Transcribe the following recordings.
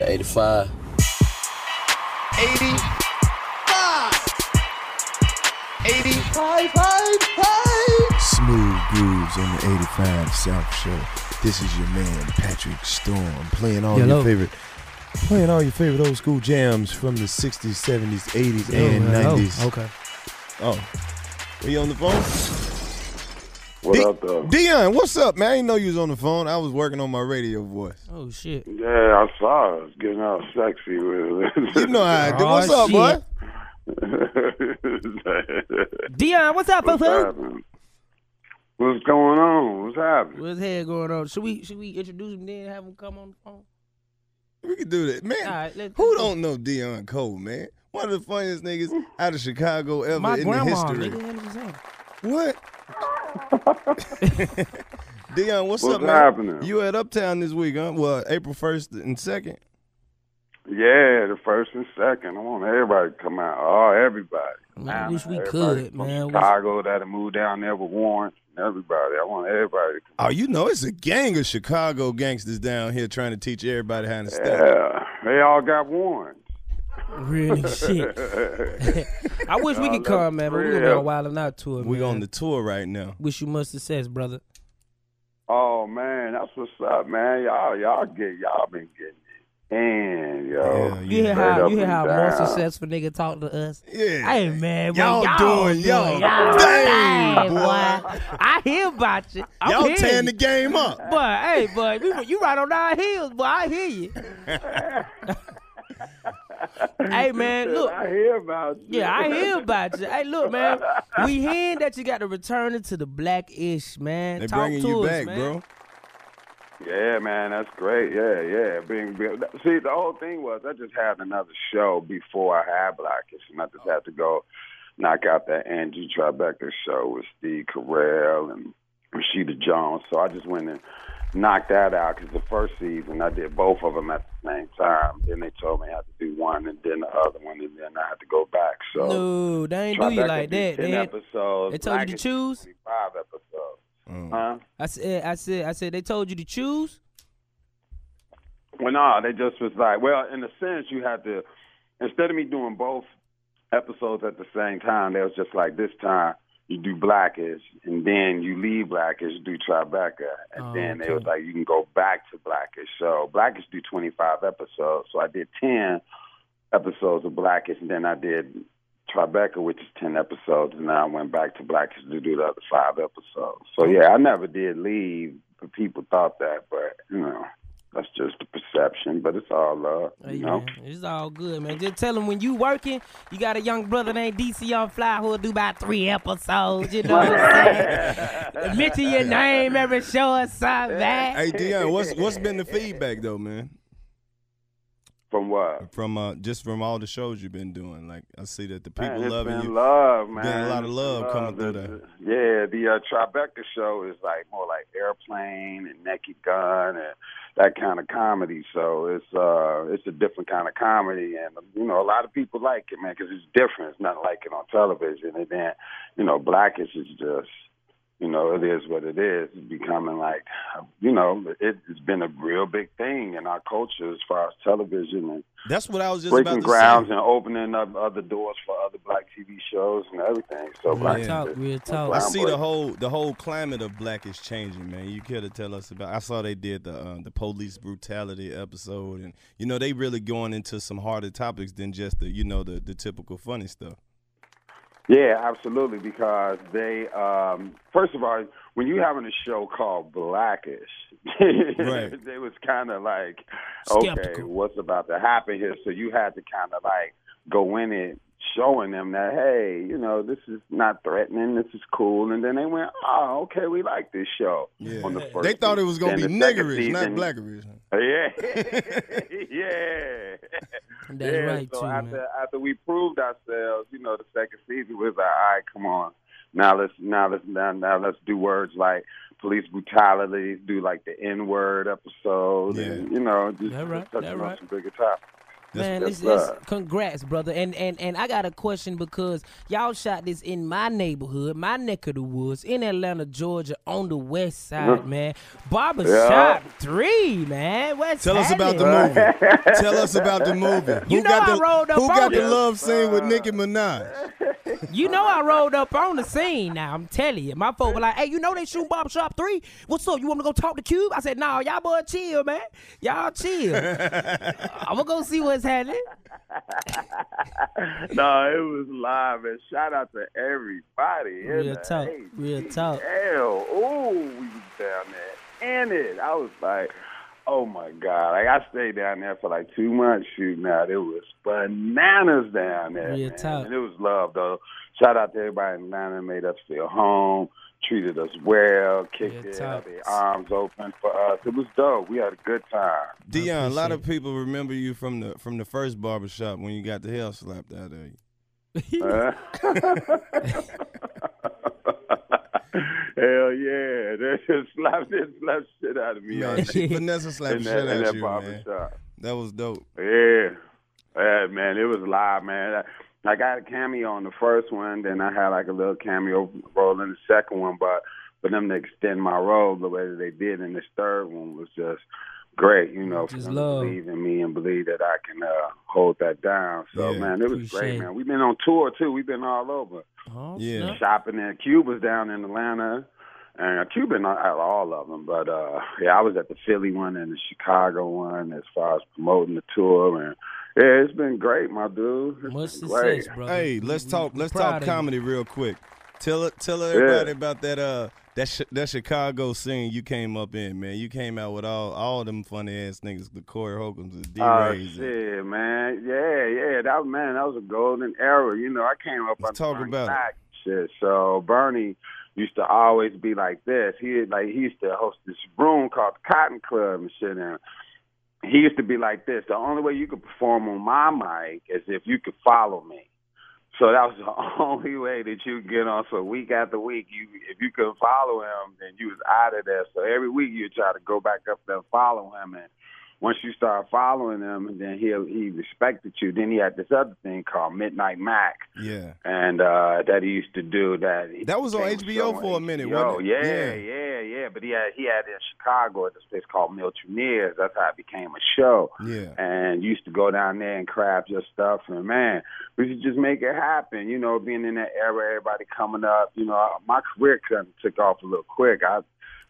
85. 80. 80. Smooth grooves on the 85 South Show. This is your man Patrick Storm playing all Yellow. your favorite, playing all your favorite old school jams from the 60s, 70s, 80s, and Oh, hello. 90s. Okay. Oh, were you on the phone? What Di- up, though? Dion, what's up, man? I didn't know you was on the phone. I was working on my radio voice. Oh shit. Yeah, I saw it. Getting all sexy with it. You know how I do. Aw, What's up, Oh, boy? shit. Dion, what's up, What's Fufu? happening? What's going on? What's happening? What's head going on? Should we should we introduce him then and have him come on the phone? We can do that, man. All right, let's- who don't know Dion Cole, man? One of the funniest niggas out of Chicago ever My in grandma, the history. nigga, what is that? What? Dion, what's, What's up, man? happening? You at Uptown this week, huh? Well, April first and second. Yeah, the first and second. I want everybody to come out. Oh, everybody. Man, I wish we Everybody could, from man. I wish- Chicago that'll move down there with Warren. Everybody. I want everybody to come Oh, you know it's a gang of Chicago gangsters down here trying to teach everybody how to step. Yeah. They all got Warren. Really shit. I wish we could that's come, man, but we're gonna be real. on Wild and Out tour, We man. on the tour right now. Wish you much success, brother. Oh man, that's what's up, man. Y'all y'all get y'all been getting it. And yo. Hell You hear Straight how up you hear and how more down. successful nigga talk to us? Yeah. I ain't mad. but Y'all doing y'all y'all thing, thing, boy. boy. I hear about you. I'm Y'all hearing tearing you. the game up. But hey, but you, you right on our heels, but I hear you. hey man, look, I hear about you. yeah, I hear about you. Hey, look, man, we hearing that you got to return it to the black ish, man. They Talk bringing to you us, back, man. bro. Yeah, man, that's great. Yeah, yeah. Being, being see, the whole thing was I just had another show before I had Blackish, and I just had to go knock out that Angie Tribeca show with Steve Carell and Rashida Jones. So I just went and knocked that out because the first season I did both of them at the same time. Then they told me I had to do one and then the other one, and then I had to go back. So No, they ain't do you Tribeca like did that. Ten They, had- episodes. they told you to Blackish did choose? 25 episodes. Huh? I said, I said, I said, they told you to choose. Well, no, they just was like, well, in a sense, you had to, instead of me doing both episodes at the same time, they was just like, this time you do Blackish, and then you leave Blackish, do Tribeca, and Oh, then okay. they was like, you can go back to Blackish. So Blackish do 25 episodes, so I did 10 episodes of Blackish, and then I did Tribeca, which is 10 episodes, and then I went back to Blackish to do the other five episodes. So, yeah, I never did leave, but people thought that, but, you know. That's just the perception, but it's all love, Hey, you know. man, it's all good, man. Just tell them when you working, you got a young brother named DC on Fly who'll do about three episodes. You know what I'm saying? Mention your name every show or something, man. Hey Dion, what's what's been the feedback though, man? From what? From uh, just from all the shows you've been doing, like I see that the Man, people it's loving been you. love, man. Been a lot of love coming through The- Yeah, the uh, Tribeca show is like more like Airplane and Naked Gun and that kind of comedy. So it's uh, it's a different kind of comedy, and you know, a lot of people like it, man, because it's different. It's not like it on television. And then, you know, Blackish is just. You know, it is what it is. It's becoming like, you know, it, it's been a real big thing in our culture as far as television and That's what I was just breaking about to grounds say. and opening up other doors for other black TV shows and everything. So Real black talk, real talk. I Wow. see the whole the whole climate of black is changing, man. You care to tell us about? I saw they did the uh, the police brutality episode, and you know they really going into some harder topics than just the you know the the typical funny stuff. Yeah, absolutely. Because they, um, first of all, when you having a show called Blackish, Right. they was kind of like, okay, Skeptical. what's about to happen here? So you had to kind of like go in it, showing them that hey, you know, this is not threatening, this is cool. And then they went, oh, okay, we like this show. Yeah, On the first they thought it season. was gonna be Then the second niggerish, not season- blackerish. Yeah. yeah. That's yeah. right, so too, after man. after we proved ourselves, you know, the second season was like, all right, come on. Now let's now let's now, now let's do words like police brutality, do like the N word episode Yeah. and you know, just, That right, just touching that on right. some bigger topics. Man, Yes, this is sir. congrats, brother. And and and I got a question because y'all shot this in my neighborhood, my neck of the woods, in Atlanta, Georgia, on the west side, man. Barbershop three, man. What's Tell us about the happening? movie. Tell us about the movie. You who know got I the rolled up who got on the it. love scene with Uh. Nicki Minaj? You know I rolled up on the scene now. I'm telling you. My folk were like, hey, you know they shoot Barbershop 3? What's up? You want me to go talk to Cube? I said, nah, y'all boy chill, man. Y'all chill. I'm going to go see what's happening. no, it was live, and shout out to everybody. in Real the talk, real talk. ATL. Ooh, we was down there in it. I was like, oh my god! Like I stayed down there for like two months shooting out. It was bananas down there. Real man. talk. And it was love though. Shout out to everybody in Atlanta. Made us feel home. Treated us well. Kicked Real it. Had talk. their arms open for us. It was dope. We had a good time. Dion, a lot of people remember you from the from the first barbershop when you got the hell slapped out of you. Huh? Hell yeah, they just slapped this slap shit out of me Man, on that, she, Vanessa slapped in the that, shit in out that you, barber man. shop. That was dope. Yeah, yeah, man, it was live, man. I, I got a cameo on the first one, then I had like a little cameo role in the second one, but for them to extend my role the way that they did in this third one was just great, you know, for Just them love. to believe in me and believe that I can uh, hold that down. So, Yeah, man, it was appreciate great, it. man. We've been on tour too. We've been all over Oh, Yeah. snap. shopping in Cuba's down in Atlanta, and Cuba not at all of them, but uh, yeah, I was at the Philly one and the Chicago one as far as promoting the tour, and yeah, it's been great, my dude. It's Much been success, great. brother. Hey, let's We- talk. we Let's proud talk of you. comedy real quick. Tell tell everybody about that uh that sh- that Chicago scene you came up in, man. You came out with all all them funny ass niggas, the Corey Holcombs, the D Oh Rays. and- shit, man! Yeah, yeah, that was man, that was a golden era. You know, I came up Let's on talk about it. shit. So Bernie used to always be like this. He like he used to host this room called the Cotton Club and shit. And he used to be like this. The only way you could perform on my mic is if you could follow me. So that was the only way that you could get on. So week after week, you if you couldn't follow him, then you was out of there. So every week you try to go back up there and follow him, and once you start following him, and then he he respected you. Then he had this other thing called Midnight Mac, Yeah, and uh that he used to do that. That was on they was HBO showing for a minute, HBO. wasn't it? Yeah, Yeah. yeah, yeah, But he had he had it in Chicago at this place called Miltonaires. That's how it became a show. yeah. And you used to go down there and craft your stuff, and man, we should just make it happen. You know, being in that era, everybody coming up. You know, my career kind of took off a little quick. I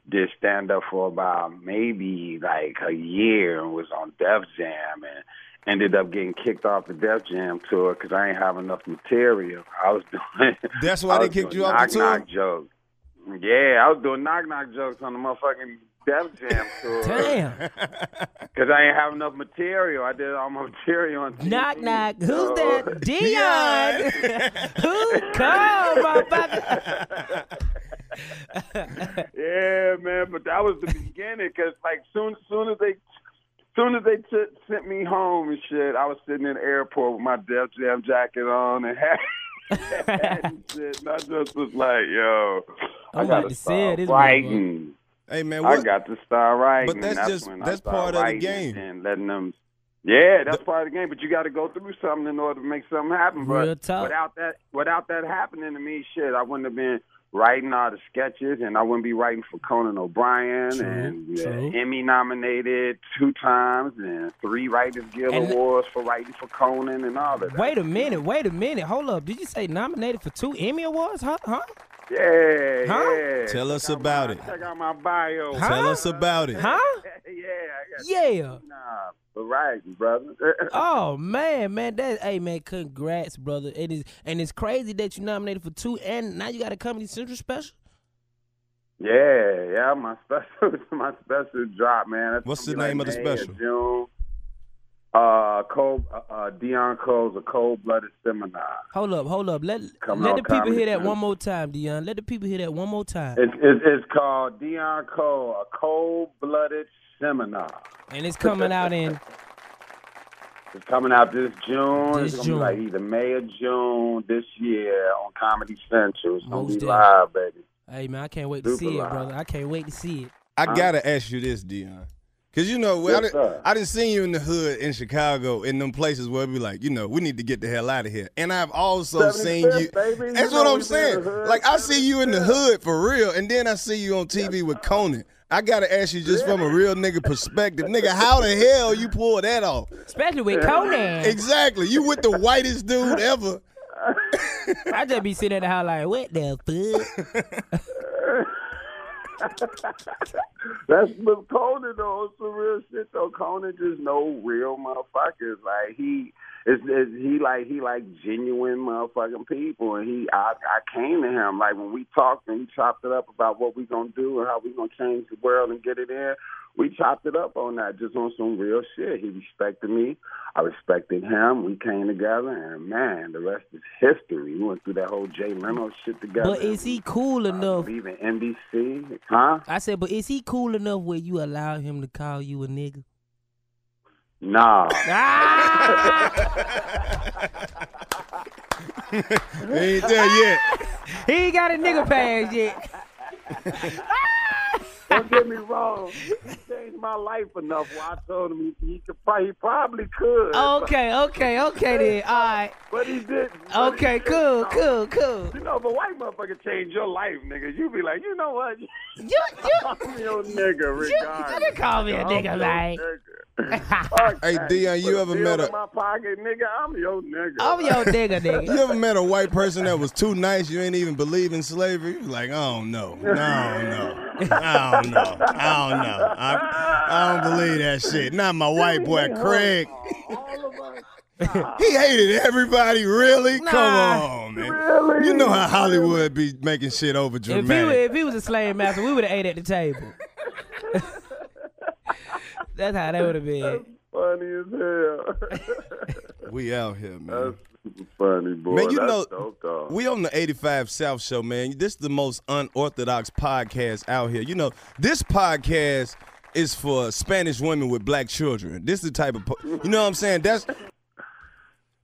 did stand up for about maybe like a year and was on Def Jam and ended up getting kicked off the Def Jam tour because I ain't have enough material. I was doing. That's I why they was kicked doing you off knock, the tour. Knock jokes. Yeah, I was doing knock knock jokes on the motherfucking Def Jam tour. Damn. Cause I ain't have enough material. I did all my material on TV. knock, knock. Who's Oh, So- that? Dion. Who called, motherfucker? Yeah, man. But that was the beginning. Cause like soon, soon as they, soon as they took sent me home and shit, I was sitting in the airport with my Def Jam jacket on and hat. and shit. And I just was like, yo, I I'm gotta about to start say it, this writing. hey man, I what? got to start writing. But that's and just- when I that's started part of the writing game. And letting them. Yeah, that's part of the game. But you got to go through something in order to make something happen. But Real talk. without that, without that happening to me, shit, I wouldn't have been writing all the sketches, and I wouldn't be writing for Conan O'Brien True, and true. Uh, Emmy nominated two times and three Writers Guild And- awards for writing for Conan and all of that. Wait a minute, wait a minute. Hold up. Did you say nominated for two Emmy Awards? Huh? Huh? Yeah, Huh? yeah. Tell us Check out about my- it. Check out my bio. Huh? Tell us about it. Huh? yeah, I got Yeah. Nah, but writing, brother. Oh man, man, that hey man, congrats, brother. It is and it's crazy that you nominated for two and now you got a Comedy Central special. Yeah, yeah, my special, my special drop, man. That's What's the gonna be name like of the May or special? June. Uh, cold, uh, uh, Dion Cole's a cold-blooded seminar. Hold up, hold up. Let Coming let on the people Comedy hear that Central. one more time, Dion. Let the people hear that one more time. It's it's, it's called Dion Cole, a cold-blooded seminar. And it's coming out in It's coming out this June. This it's gonna June. be like either May or June this year on Comedy Central. It's gonna Most be definitely. live, baby. Hey man, I can't wait to Super see it, live. brother. I can't wait to see it. I gotta ask you this, Dion, Cause you know, I, Yes, didn't, sir. I didn't see you in the hood in Chicago in them places where it be like, you know, we need to get the hell out of here. And I've also seen you. 75th, baby. You That's know what I'm we been in saying. the hood, Like I see you in the hood for real, and then I see you on TV with Conan. I gotta ask you just from a real nigga perspective, nigga, how the hell you pull that off? Especially with Conan. Exactly. You with the whitest dude ever. I just be sitting at the house like, what the fuck? That's but Conan though. It's some real shit though. Conan just no real motherfuckers. Like he is, is he like he like genuine motherfucking people. And he I I came to him like when we talked and we chopped it up about what we gonna do and how we gonna change the world and get it in. We chopped it up on that just on some real shit. He respected me. I respected him. We came together and man, the rest is history. We went through that whole Jay Leno shit together. But is he cool enough? leaving NBC? Huh? I said, but is he cool enough where you allow him to call you a nigga? Nah. Ah! He ain't there yet. he ain't got a nigga pass yet. Don't get me wrong. He changed my life enough where I told him he, he could probably, he probably could. Okay, okay, okay then. All right. But he didn't. But he Okay, didn't. cool, cool, cool. You know, if a white motherfucker change your life, nigga, you be like, you know what? You, you, I'm your nigga you, you can regardless. call me a I'm nigga, your like. nigga. Fuck Hey, that. Dion, you Put ever bill met a- in my pocket, nigga? I'm your nigga. I'm your nigga, nigga. You ever met a white person that was too nice? You ain't even believe in slavery. You like, I don't know, I don't know, I don't know, I don't know. I, I don't believe that shit. Not my white boy Craig. All of us. He hated everybody. Really? Come Nah. on, man. Really? You know how Hollywood be making shit over If he, wa- dramatic. if he was a slave master, we would have ate at the table. That's how that would have been. Funny as hell. We out here, man. That's funny, boy. Man, you That's know, dope, dog. we on the 85 South Show, man. This is the most unorthodox podcast out here. You know, this podcast is for Spanish women with black children. This is the type of, po- you know what I'm saying? That's.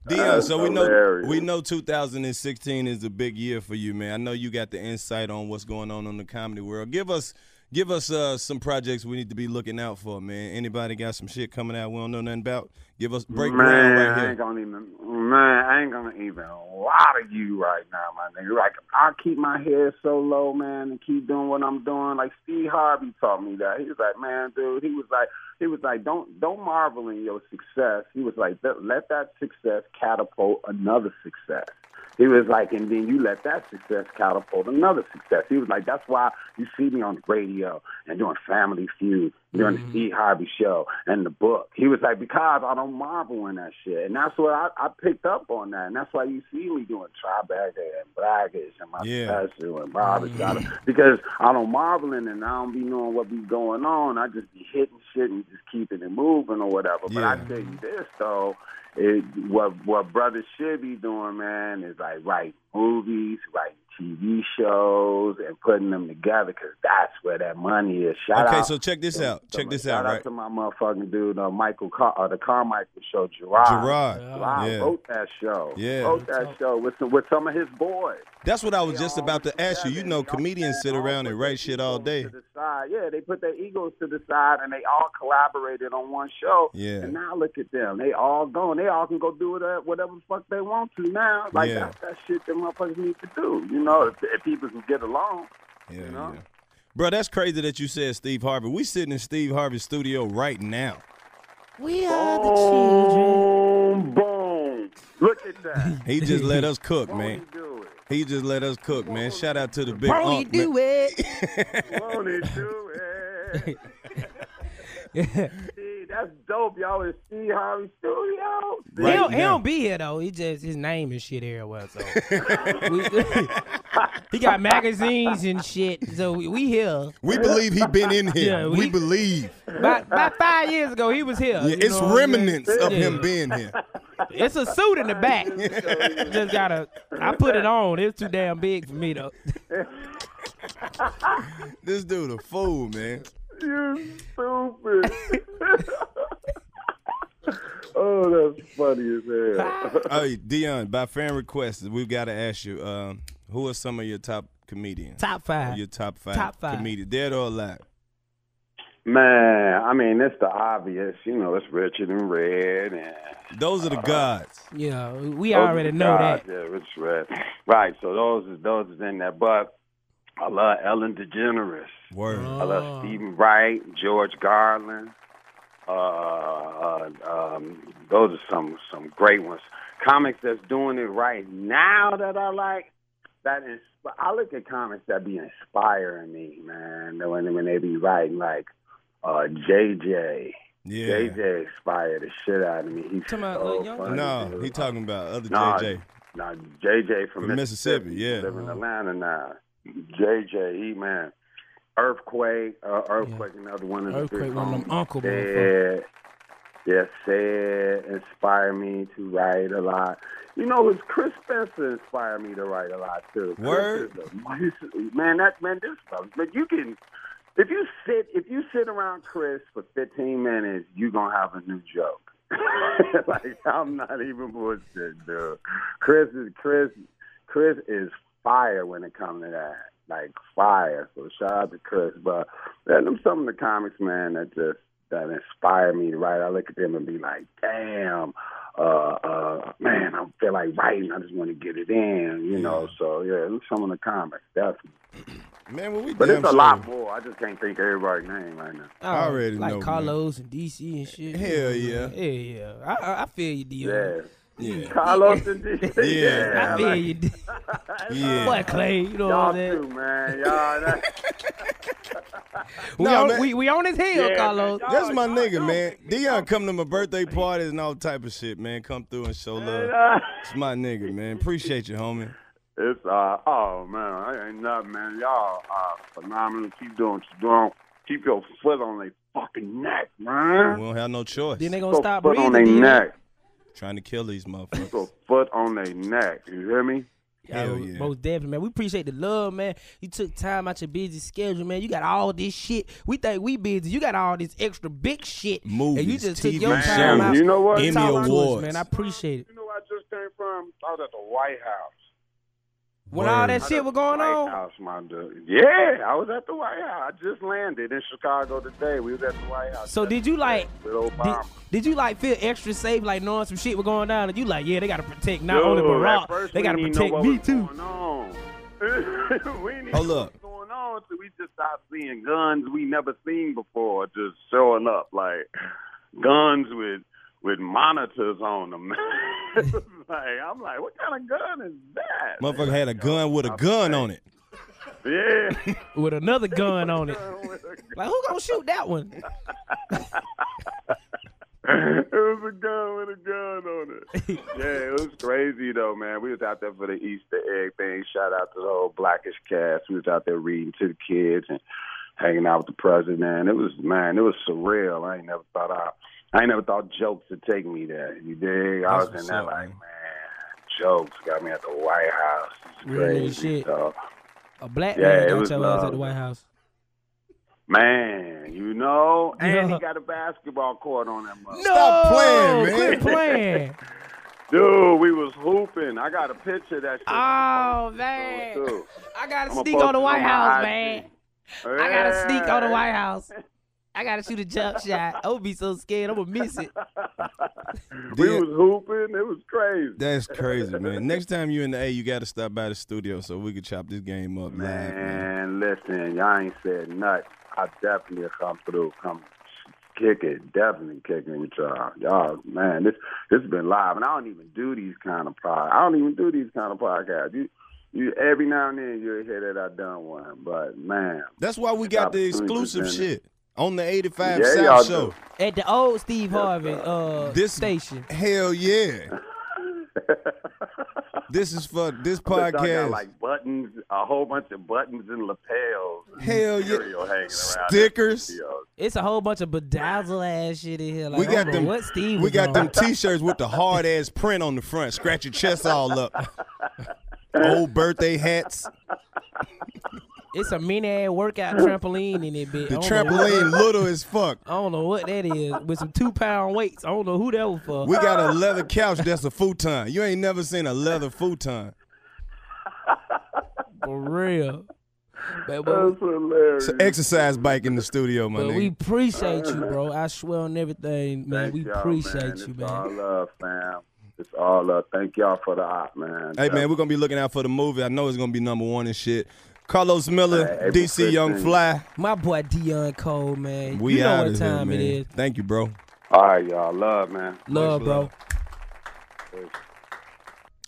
Dion, That's so we know hilarious. we know 2016 is a big year for you, man. I know you got the insight on what's going on in the comedy world. Give us give us uh, some projects we need to be looking out for, man. Anybody got some shit coming out we don't know nothing about? Give us break ground Man, right I here. ain't gonna even. Man, I ain't gonna even lie to you right now, my nigga. Like I keep my head so low, man, and keep doing what I'm doing. Like Steve Harvey taught me that. He was like, man, dude. He was like, he was like, don't don't marvel in your success. He was like, "Let- let that success catapult another success. He was like, and then you let that success catapult another success. He was like, that's why you see me on the radio and doing Family Feud, doing the Steve Harvey show and the book. He was like, because I don't marvel in that shit. And that's what I, I picked up on that. And that's why you see me doing Tribeca and Blackish and my Yeah. special and Mm. Barbershop. Because I don't marvel in it and I don't be knowing what be going on. I just be hitting shit and just keeping it moving or whatever. But I Yeah. tell you this, though it, what what brothers should be doing, man, is like writing movies, writing TV shows, and putting them together because that's where that money is. Shout Okay, out. so check this out. Check this out, Shout right? out to my motherfucking dude, uh, Michael Car- uh, the Carmichael show, Gerard. Gerard. Gerard Yeah. wrote that show. Yeah. wrote that show with some, with some of his boys. That's what I was They just all about to ask you. You together. know, They all comedians sit they all around put and their write shit all egos day. To the side. Yeah, they put their egos to the side and they all collaborated on one show. Yeah. And now look at them. They all gone. They all can go do whatever, whatever the fuck they want to now. Like Yeah. that's that shit that motherfuckers need to do. You know, if, if people can get along. Yeah, know? yeah. Bro, that's crazy that you said Steve Harvey. We sitting in Steve Harvey's studio right now. We are the Oh, Boom, children. boom. Look at that. He just let us cook, Won't man. he do He just let us cook, man. Shout out to the big Bro, you unk, man. do it. it? Won't he do it? See, that's dope, y'all. It's Steve Harvey Studio. He Right don't, he now. don't be here though. He just his name and shit everywhere. So We- he got magazines and shit. So we, we here. We believe he been in here. Yeah, we, we- believe. About, about five years ago, he was here. Yeah, you it's know what I'm saying? remnants of Yeah. him being here. It's a suit in the back. Just gotta. I put it on. It's too damn big for me though. This dude a fool, man. You stupid. oh, that's funny as hell. Hey, Dion, by fan request, we've got to ask you, um, who are some of your top comedians? Top five. Your top five, Top five. comedians, dead or alive? Man, I mean, it's the obvious. You know, it's Richard and Red and Those are the gods. Yeah, we Those already is know God, that. Yeah, it's red. Right. So those is those is in there. But I love Ellen DeGeneres. Word. I Oh. love Stephen Ah. Wright, George Garland. Uh, uh, um, those are some some great ones. Comics that's doing it right now that I like. That is, I look at comics that be inspiring me, man. When when they be writing like uh, JJ. Yeah. JJ inspired the shit out of me. He's Talking about so Lil Yachty? funny, No, dude. he talking about other Nah, JJ. Now JJ from, From Mississippi, yeah. Uh-huh. live in Atlanta now. JJ, he man, earthquake, uh, earthquake, another one of the Earthquake, big one of them homies. uncle motherfuckers. Said, yeah, said inspired me to write a lot. You know, it's Chris Spencer inspired me to write a lot too. Chris Word. is a- he's- man, that man, this stuff. But you can, if you sit, if you sit around Chris for 15 minutes, you gonna have a new joke. like I'm not even bullshit, dude. Chris is Chris. Chris is fire when it comes to that. Like fire. So shout out to Chris. But man, them some of the comics, man, that just that inspire me to write. I look at them and be like, damn, uh, uh, man, I feel like writing. I just want to get it in, you know. So yeah, look some of the comics, definitely. Man, well, we But damn it's a sure- lot more. I just can't think of everybody's name right now. Oh, I already like know, man. Carlos and DC and shit. Hell yeah. yeah, yeah. I, I, I feel you, Yeah. Dion. Yeah. Carlos and DC. Yeah. I feel you, D. Yeah. Boy, Clay, you know Y'all what I'm too, saying? man. Y'all, that, We, Nah, on, man. we, we on his hill, Yeah, Carlos. man, That's Oh, my y'all nigga, know man. me. Dion come to my birthday parties and all type of shit, man. Come through and show love. uh, It's my nigga, man. Appreciate you, homie. it's uh, oh man, I ain't nothing, man. Y'all are phenomenal. Keep doing, what you doing. Keep your foot on their fucking neck, We man. don't have no choice. Then they Keep gonna your stop foot on breathing. their Dion. neck. Trying to kill these Keep your motherfuckers. foot on their neck. You hear me? Yeah, Hell yeah. Most definitely, man. We appreciate the love, man. You took time out your busy schedule, man. You got all this shit. We think we busy. You got all this extra big shit. and you Movies, just TV took your time shows. out. You know what? to Emmy talk to us, Awards. man. I appreciate it. You know, where I just came from. I was at the White House. When all Word. that shit was going White on, House, my dude. Yeah, I was at the White House. I just landed in Chicago today. We was at the White House. so did you like? with Did, Obama? did you like feel extra safe, like knowing some shit was going down, and you like, yeah, they gotta protect not Dude, only at Barack, first they we gotta didn't protect know what me was too. Going on. we Hold up. didn't know what was going on, so we just started seeing guns we never seen before, just showing up like guns with with monitors on them. It's like I'm like, what kind of gun is that? Motherfucker had a gun with a gun on it. Yeah, With another gun on it, gun with a like who gonna shoot that one? it was a gun with a gun on it. yeah, it was crazy though, man. We was out there for the Easter egg thing. Shout out to the whole blackish cast. We was out there reading to the kids and hanging out with the president. It was man, it was surreal. I ain't never thought I, I ain't never thought jokes would take me there. You dig? I That's was what's in there up, man. like, man, jokes got me at the White House. It's Real nigga crazy. shit. So, A black Yeah, it man got was your ass at loud. the White House. man, you know, and Yeah. he got a basketball court on that mother. Stop no, playing, man. Quit playing. Dude, we was hooping. I got a picture of that shit. Ah! Oh man, Too. I gotta I'ma sneak post on the it White my House, IG. man. I gotta sneak on the White House. I gotta shoot a jump shot. I would be so scared. I'm gonna miss it. We Did- was hooping. It was crazy. That's crazy, man. Next time you in the A, you got to stop by the studio so we can chop this game up live, man. Man, listen, y'all ain't said nothing. I definitely come through. Come kick it. Definitely kick it with y'all. Y'all, man, this this has been live, and I don't even do these kind of pod. I don't even do these kind of podcasts. You, you every now and then you'll hear that I done one, but man, That's why we got the exclusive 100%. shit on the 85 Yeah, y'all South do. Show. At the old Steve Harvey uh, This- station. Hell yeah. this is for this But y'all podcast. got like buttons, a whole bunch of buttons and lapels. and Hell yeah. material hanging around. Stickers. Yo, It's a whole bunch of bedazzle ass shit in here. Like, we I got don't them. know What Steve? we was got on. them T-shirts with the hard ass print on the front. Scratch your chest all up. Old birthday hats. It's a mini ass workout trampoline in it, bitch. The I don't know what- trampoline little as fuck. I don't know what that is with some two pound weights. I don't know who that was for. We got a leather couch that's a futon. You ain't never seen a leather futon. for real. But, but, we, That's hilarious. It's an exercise bike in the studio, my but we nigga. appreciate you, bro. I swear on everything, man. Thank we y'all, appreciate man. you, It's man. all love, fam. It's all love. Thank y'all for the op, man. Hey man, we're gonna be looking out for the movie. I know it's gonna be number one and shit. Carlos Miller, Hey, April DC Young 15th. Fly. My boy Dion Cole, man. We you know out what of time here, man. it is. Thank you, bro. All right, y'all. Love, man. Love, bro.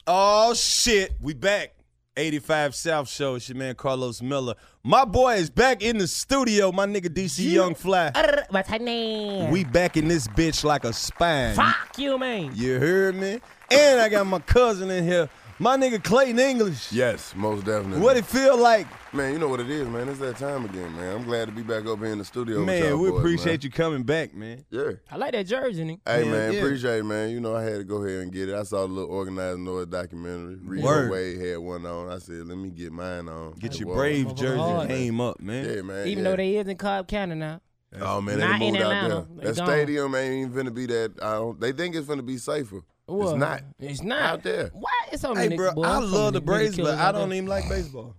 Oh shit, we back. 85 South Show. It's your man Carlos Miller. My boy is back in the studio. My nigga DC Young Fly. Arr, What's her name? We back in this bitch like a spine. Fuck you, man. You heard me? And I got my cousin in here. My nigga Clayton English. Yes, most definitely. What it feel like? man? You know what it is, man. It's that time again, man. I'm glad to be back up here in the studio. with Man, y'all we boys, appreciate you coming back, man. you. Yeah. I like that jersey, nigga. Hey Man, man, yeah. appreciate it, man. You know I had to go ahead and get it. I saw the little organized noise documentary. Word. Rio Wade had one on. I said, let me get mine on. Get It your was- Brave Motherfucker jersey hard. came up, man. Yeah, man. Even yeah. though they is in Cobb County now. Oh man, they Not in moved out Atlanta. They there. That gone. stadium ain't even finna be that. I don't, they think it's finna be safer. What? It's not. It's not. Out there. What? It's on Hey, the bro, nigga, boy. I Some of love the nigga Braves, killers but out I don't there. even like baseball.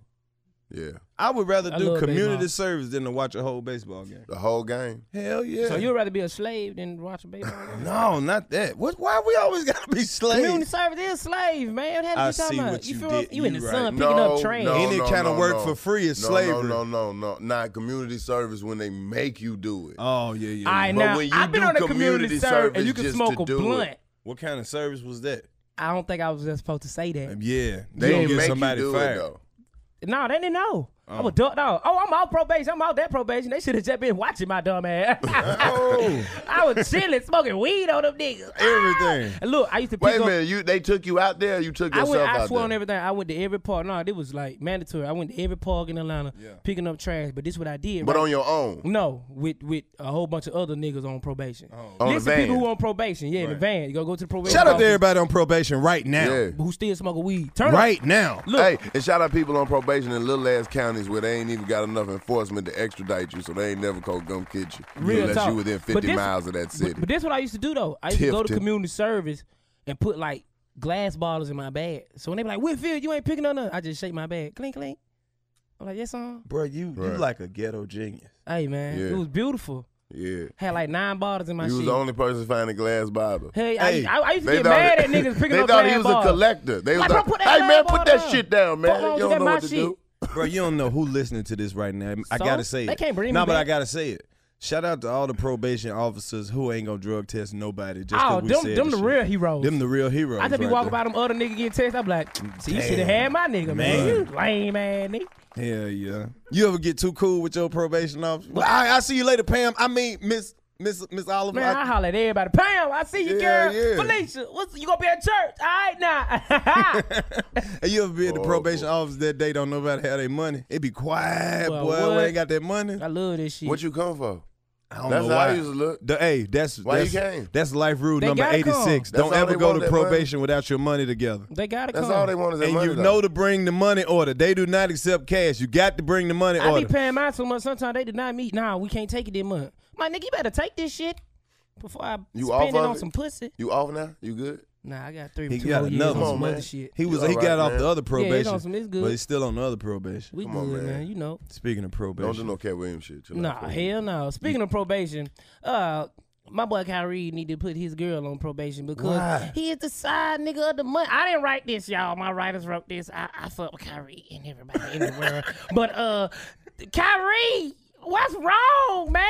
Yeah, I would rather I do love community baseball. service than to watch a whole baseball game. the whole game. Hell yeah. So you'd rather be a slave than watch a baseball game? no, not that. What? Why we always gotta be Community slaves? service is slave, man. What the hell I you talking see about? what you feel did. You in You the right. sun picking up trash. Any kind of work for free is no, slavery. No, no, no, no, not community service when they make you do it. Oh yeah, yeah. All right, But now, when you I've been do on a community community service and service you can just smoke to a do it. blunt. What kind of service was that? I don't think I was just supposed to say that. Yeah, They don't didn't get make somebody you do fired. it though. No, they didn't know. I'm a duck dog. Oh, I'm out probation. I'm out that probation. They should have just been watching my dumb ass. Oh. I was chilling, smoking weed on them niggas. Everything. And look, I used to pick Wait a up. minute, you they took you out there. Or you took I yourself went. I out swear on there. everything. I went to every park. No, it was like mandatory. I went to every park in Atlanta, picking up trash. But this what I did. But uh, right? on your own. no, with with a whole bunch of other niggas on probation. Oh. On the Listen, people van. who on probation. Yeah, in the van. You gonna go to the probation. Shout out to office, everybody on probation right now. Yeah. who still smoking weed. Turn up. Right now. Look, Hey, and shout out people on probation in little ass counties where they ain't even got enough enforcement to extradite you, so they ain't never called gum kid you Real unless talk. you within But fifty this- miles of that city. But, but that's what I used to do though. I used to go to Tifton. community service and put like glass bottles in my bag. So when they be like, Whitfield, you ain't picking up nothing. I just shake my bag. Clink, clink. I'm like, yes, sir. Bro, you you Right. like a ghetto genius. Hey, man. Yeah. It was beautiful. yeah, Had like nine bottles in my you was shit. the only person finding glass bottle. hey, Hey, I, I, I used to They get thought- mad at niggas picking they up thought glass he was bottles. a collector. They Like, was bro, like, put that "Hey glass man, bottle put that down. shit down, man. Fuck wrong You with don't that know my what to shit." do." Bro, you don't know who listening to this right now. I So? gotta say it. They can't bring Nah, me but back. I gotta say it. Shout out to all the probation officers who ain't gonna drug test nobody just 'cause Oh, we them, said them the the shit. real heroes. Them the real heroes. I just be right walking there. by them other niggas getting text. I'm like, see, you should have Damn. had my nigga, man. Man. You lame ass nigga. Hell yeah. You ever get too cool with your probation officer? Well, I, I see you later, Pam. I mean, Miss Miss Miss Oliver. Man, I, I- holler at everybody. Pam, I see you, Yeah, girl. yeah. Felicia, what's, you gonna be at church? All right now. Hey, you ever be at the Oh, probation boy. office that day? Don't nobody have their money. It be quiet, Well, boy. We what? ain't got that money. I love this shit. What you come for? I don't That's know how why. I used to look. The, hey, that's Why that's, you came? That's life rule They number gotta eighty come. six. That's Don't all ever they go want, to that money. probation without your money together. they gotta That's come. all they want is that And money. you though. know to bring the money order. They do not accept cash. You got to bring the money I be order. paying mine so much. Sometimes they deny me. Nah, we can't take it this month. My nigga, you better take this shit before I You spend off it of on it? some pussy. You off now? You good? Nah, I got three, He two got more years another on one, some man. other shit. he was You he all got right, off man? the other Yeah, it's probation, on some- it's good. but he's still on the other probation. We good, Come on, man. man. You know. Speaking of probation, Don't do no Cat Williams shit. Chill out, Nah, fool. hell no. Speaking of probation, uh, my boy Kyrie need to put his girl on probation because Why? he is the side nigga of the month. I didn't write this, y'all. My writers wrote this. I, I fuck with Kyrie and everybody in the world. But uh, Kyrie, what's wrong, man?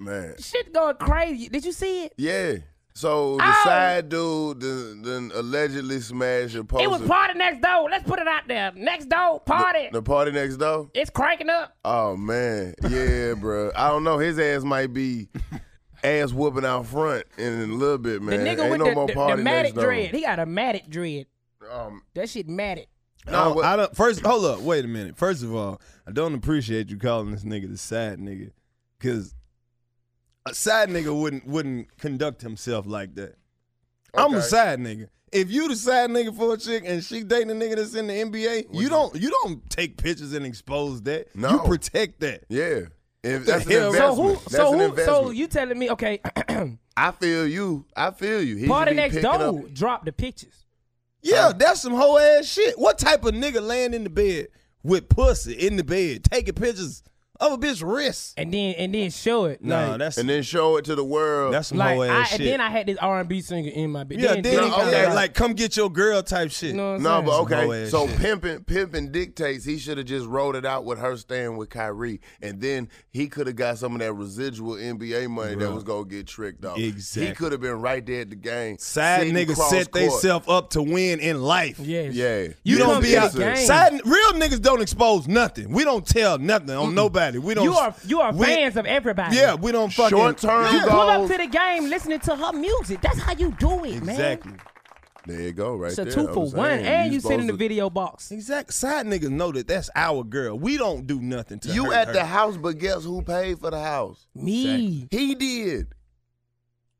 man. Shit going crazy. Did you see it? Yeah. So the Ow. side dude then, then allegedly smashed a poster. It was party next door. Let's put it out there. Next door party. the party next door. it's cranking up. Oh man, yeah, bro. I don't know. His ass might be ass whooping out front in a little bit, The man. nigga Ain't with no the, more the, party the next matted door. dread. He got a matted dread. Um, That shit matted. I no, don't, what- I don't- first, hold up, wait a minute. First of all, I don't appreciate you calling this nigga the side nigga, cause a side nigga wouldn't wouldn't conduct himself like that. I'm the Okay. side nigga. If you the side nigga for a chick and she dating a nigga that's in the NBA, you don't you don't take pictures and expose that. you No. protect that. yeah. If the that's an hell? investment. So who? That's So an who? investment. So you telling me? Okay, I feel you. I feel you. He should party be next picking up- door dropped the pictures. Yeah, that's some whole ass shit. What type of nigga laying in the bed with pussy in the bed, taking pictures of a bitch wrist. and then and then show it. Nah, like, that's and then show it to the world. that's some like whole I, ass and shit. then I had this R and B singer in my bitch. yeah, then No, he okay. come back, like come get your girl type shit. you know what I'm no, saying? but Some hoe okay. ass So shit. pimping, pimping dictates. He should have just rolled it out with her staying with Kyrie, and then he could have got some of that residual NBA money that Bruh. was gonna get tricked off. Exactly. He could have been right there at the game. Side sitting niggas cross set court. themselves up to win in life. yes. Yeah, You, come don't be to the out there. game. Side, real niggas don't expose nothing. We don't tell nothing on nobody. We don't. You are you are we- fans of everybody. Yeah, we don't fucking. Short-term You goals. pull up to the game listening to her music. That's how you do it, man. Exactly. There you go, right It's there. a two I'm for one, saying, and you sit in supposed the to- video box. Exact side niggas know that that's our girl. We don't do nothing to You hurt at her. the house, but guess who paid for the house? Me, He did.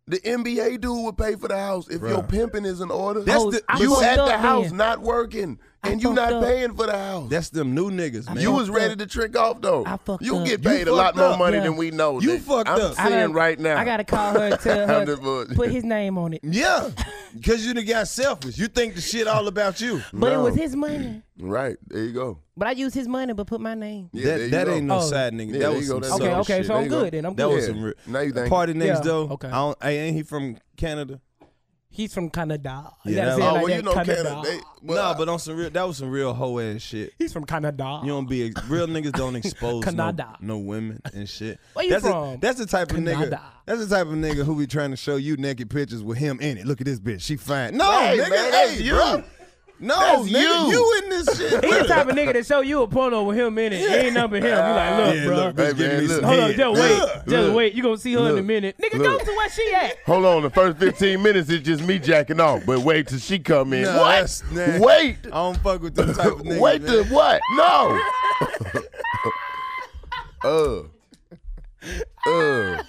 The NBA dude would pay for the house if Bruh. your pimping is in order. That's Oh, the- I you fucked at up the then. house not working, I and you fucked not up. paying for the house. That's them new niggas, man. you was fucked ready up. to trick off though. I fucked you up. get You paid a lot fucked more up, money yeah. than we know. You nigga. fucked I'm up. I'm I seeing done- right now. I gotta call her and tell Hundred her bucks. put his name on it. yeah, because you done got selfish. You think the shit all about you. But it No. was his money. right there. You go. But I used his money, but put my name. Yeah, there that you that go. ain't no Oh. side nigga. Yeah, that there was you some go. Okay, That's all selfish okay, shit. shit. so There I'm you go. good then. I'm That good. was some real Oh, Now you think party niggas Yeah, though. okay. I don't, hey, ain't he from Canada? He's from Canada. Yeah, You gotta that say it was- Oh, like well, that, you know, Canada. Canada. They, well, nah, but on some real, that was some real hoe ass shit. He's from Canada. You don't be ex- real niggas don't expose no, Canada. no women and shit. Where you that's from? The, that's the type of nigga. Canada. That's the type of nigga who be trying to show you naked pictures with him in it. Look at this bitch, she fine. No, Hey, nigga, man, that's hey, you. Bro. No, That's nigga, you. you in this shit. He's the type of nigga that show you a porno with him in it. It ain't nothing but him. You like, look, yeah, bro. look, bitch, Hey, give man, me look. some Hold head. on, just wait. Look. Just look, wait. You gonna see her in a look, minute. Nigga, look. go to where she at. Hold on, the first 15 minutes is just me jacking off. But wait till she come in. Nah, what? that's nasty. Wait. I don't fuck with them type of niggas. Wait man. till what? No. uh. Uh.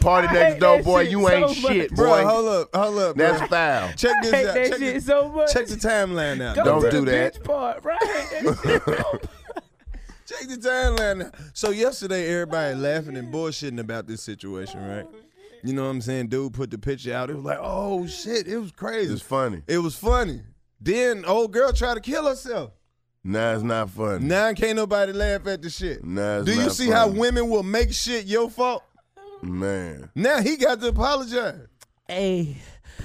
Party next hate door, that boy. shit You ain't so much. shit, bro, boy. hold up, hold up. bro. That's foul. Check this hate out. that check shit this- so much. Check the timeline out. Go Don't to do the that. Bitch part, bro. I hate that shit so much. Check the timeline now. So yesterday, everybody laughing and bullshitting about this situation, right? You know what I'm saying? Dude put the picture out. It was like, oh shit, it was crazy. It's funny. It was funny. Then old girl tried to kill herself. Nah, it's not funny. Now can't nobody laugh at the shit. Nah, it's Do you not see funny. how women will make shit your fault? Man. Now he got to apologize. Hey,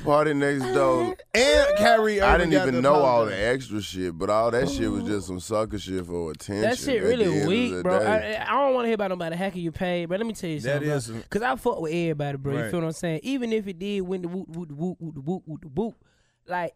Party next door. And Kyrie Irving I didn't got even to know all apologize. the extra shit, but all that shit was just some sucker shit for attention. that shit at the end really of weak, the bro. day. I, I don't want to hear about nobody hacking you paid, but let me tell you That something. bro. is some- Cause I fuck with everybody, bro. You Right. feel what I'm saying? Even if it did win the whoop, whoop, whoop, whoop, whoop, whoop, whoop, like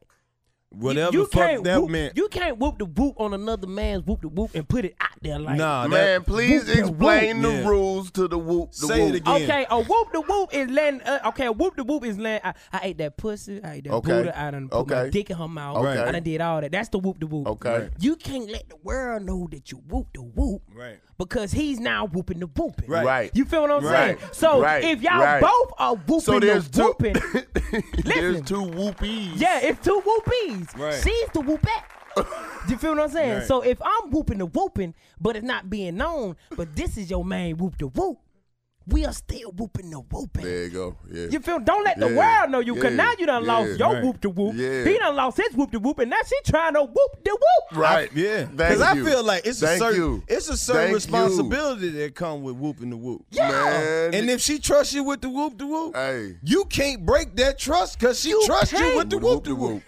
Whatever you the fuck can't that whoop, meant. You can't whoop the whoop on another man's whoop the whoop and put it out there like nah, that- Man, please whoop the explain the whoop. Yeah. rules to the whoop. The Say it whoop. again. Okay, a whoop the whoop is letting. Uh, okay, a whoop the whoop is letting. I, I ate that pussy. I ate that Okay. booty. I done put my Okay. dick in her mouth. Okay. I done did all that. That's the whoop the whoop. Okay. Right. You can't let the world know that you whoop the whoop. Right. Because he's now whooping the whooping. Right. Right. You feel what I'm Right. saying? So Right. if y'all all Right. both are whooping So there's the two. whooping, there's Listen. two whoopies. yeah, it's two whoopies. Right. She's the whoopette. You feel what I'm saying? Right. So if I'm whooping the whooping, but it's not being known, but this is your main whoop the whoop, we are still whooping the whooping. There you go. Yeah. You feel? Don't let the Yeah, world know you, cause yeah, now you done yeah, lost your right. whoop to whoop. Yeah. He done lost his whoop to whoop, and now she trying to whoop the whoop. right. Yeah, Thank because I you. feel like it's a Thank certain you. it's a certain Thank you. responsibility that come with whooping the whoop. Man. and if she trusts you with the whoop the whoop, Hey. you can't break that trust because she You trusts you can't. with the whoop the whoop.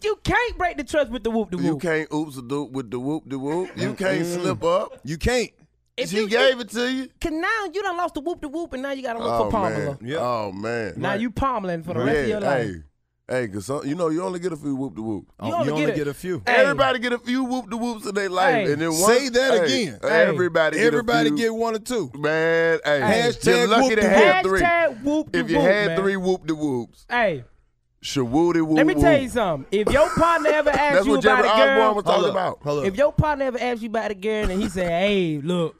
You can't break the trust with the whoop to You whoop. can't oops a doop with the whoop the whoop. You can't slip up. You can't. If she you- gave it to you. Cause now you done lost the whoop to whoop, and now you gotta look for Oh Pamela. man. Yeah. Oh man. Now you Pamelaing for the rest of your yeah. life. Hey. Hey, cause some, you know you only get a few whoop the whoop. Oh, only you only get a- get a few. Hey. Everybody get a few whoop the whoops in their life, Hey. and then one, Say that hey, again. Hey. Everybody, get a Everybody few- get one or two. man. Hey, Hashtag you're lucky whoop to the have three. Hashtag whoop the If whoop. you had man. three whoop the whoops, hey, shawooty whoop. let me tell you something. If your partner ever asks That's you what about Jeffrey a girl, Osborne Hold was talking up, about. hold up. If your partner ever asks you about a girl and he say, "Hey, look,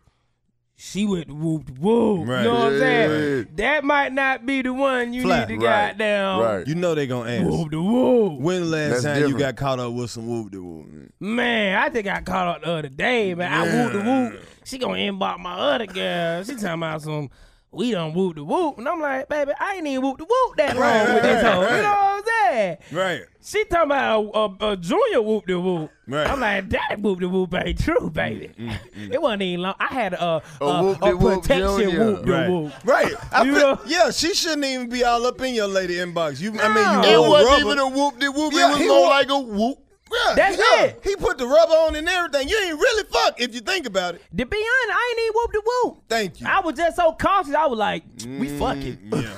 she went whoop whoop," Right. you know what I'm saying? Yeah. That might not be the one you Flat. need to Right. goddamn Right. you know they gonna ask. whoop the whoop. When last That's time you got different. caught up with some whoop the whoop? Man, I think I caught up the other day, man. I whoop the whoop. She gonna inbox my other girl. She talking about some. We done whoop the whoop, and I'm like, baby, I ain't even whoop the whoop that long with this hoe. You know what I'm mad. Right. She talking about a, a, a junior whoop de whoop. Right. I'm like, that whoop de whoop ain't true, baby. It wasn't even long. I had a, a, a, whoop-de-whoop protection junior. whoop de Right. whoop. Right. I You feel- know? yeah, she shouldn't even be all up in your lady inbox. You, I mean, you It roll wasn't rubber. even a whoop de whoop. Yeah, it was he more wa- like a whoop. yeah, That's yeah. it. He put the rubber on and everything. You ain't really fuck if you think about it. To be honest, I ain't even whoop de whoop. Thank you. I was just so cautious. I was like, we fucking, yeah.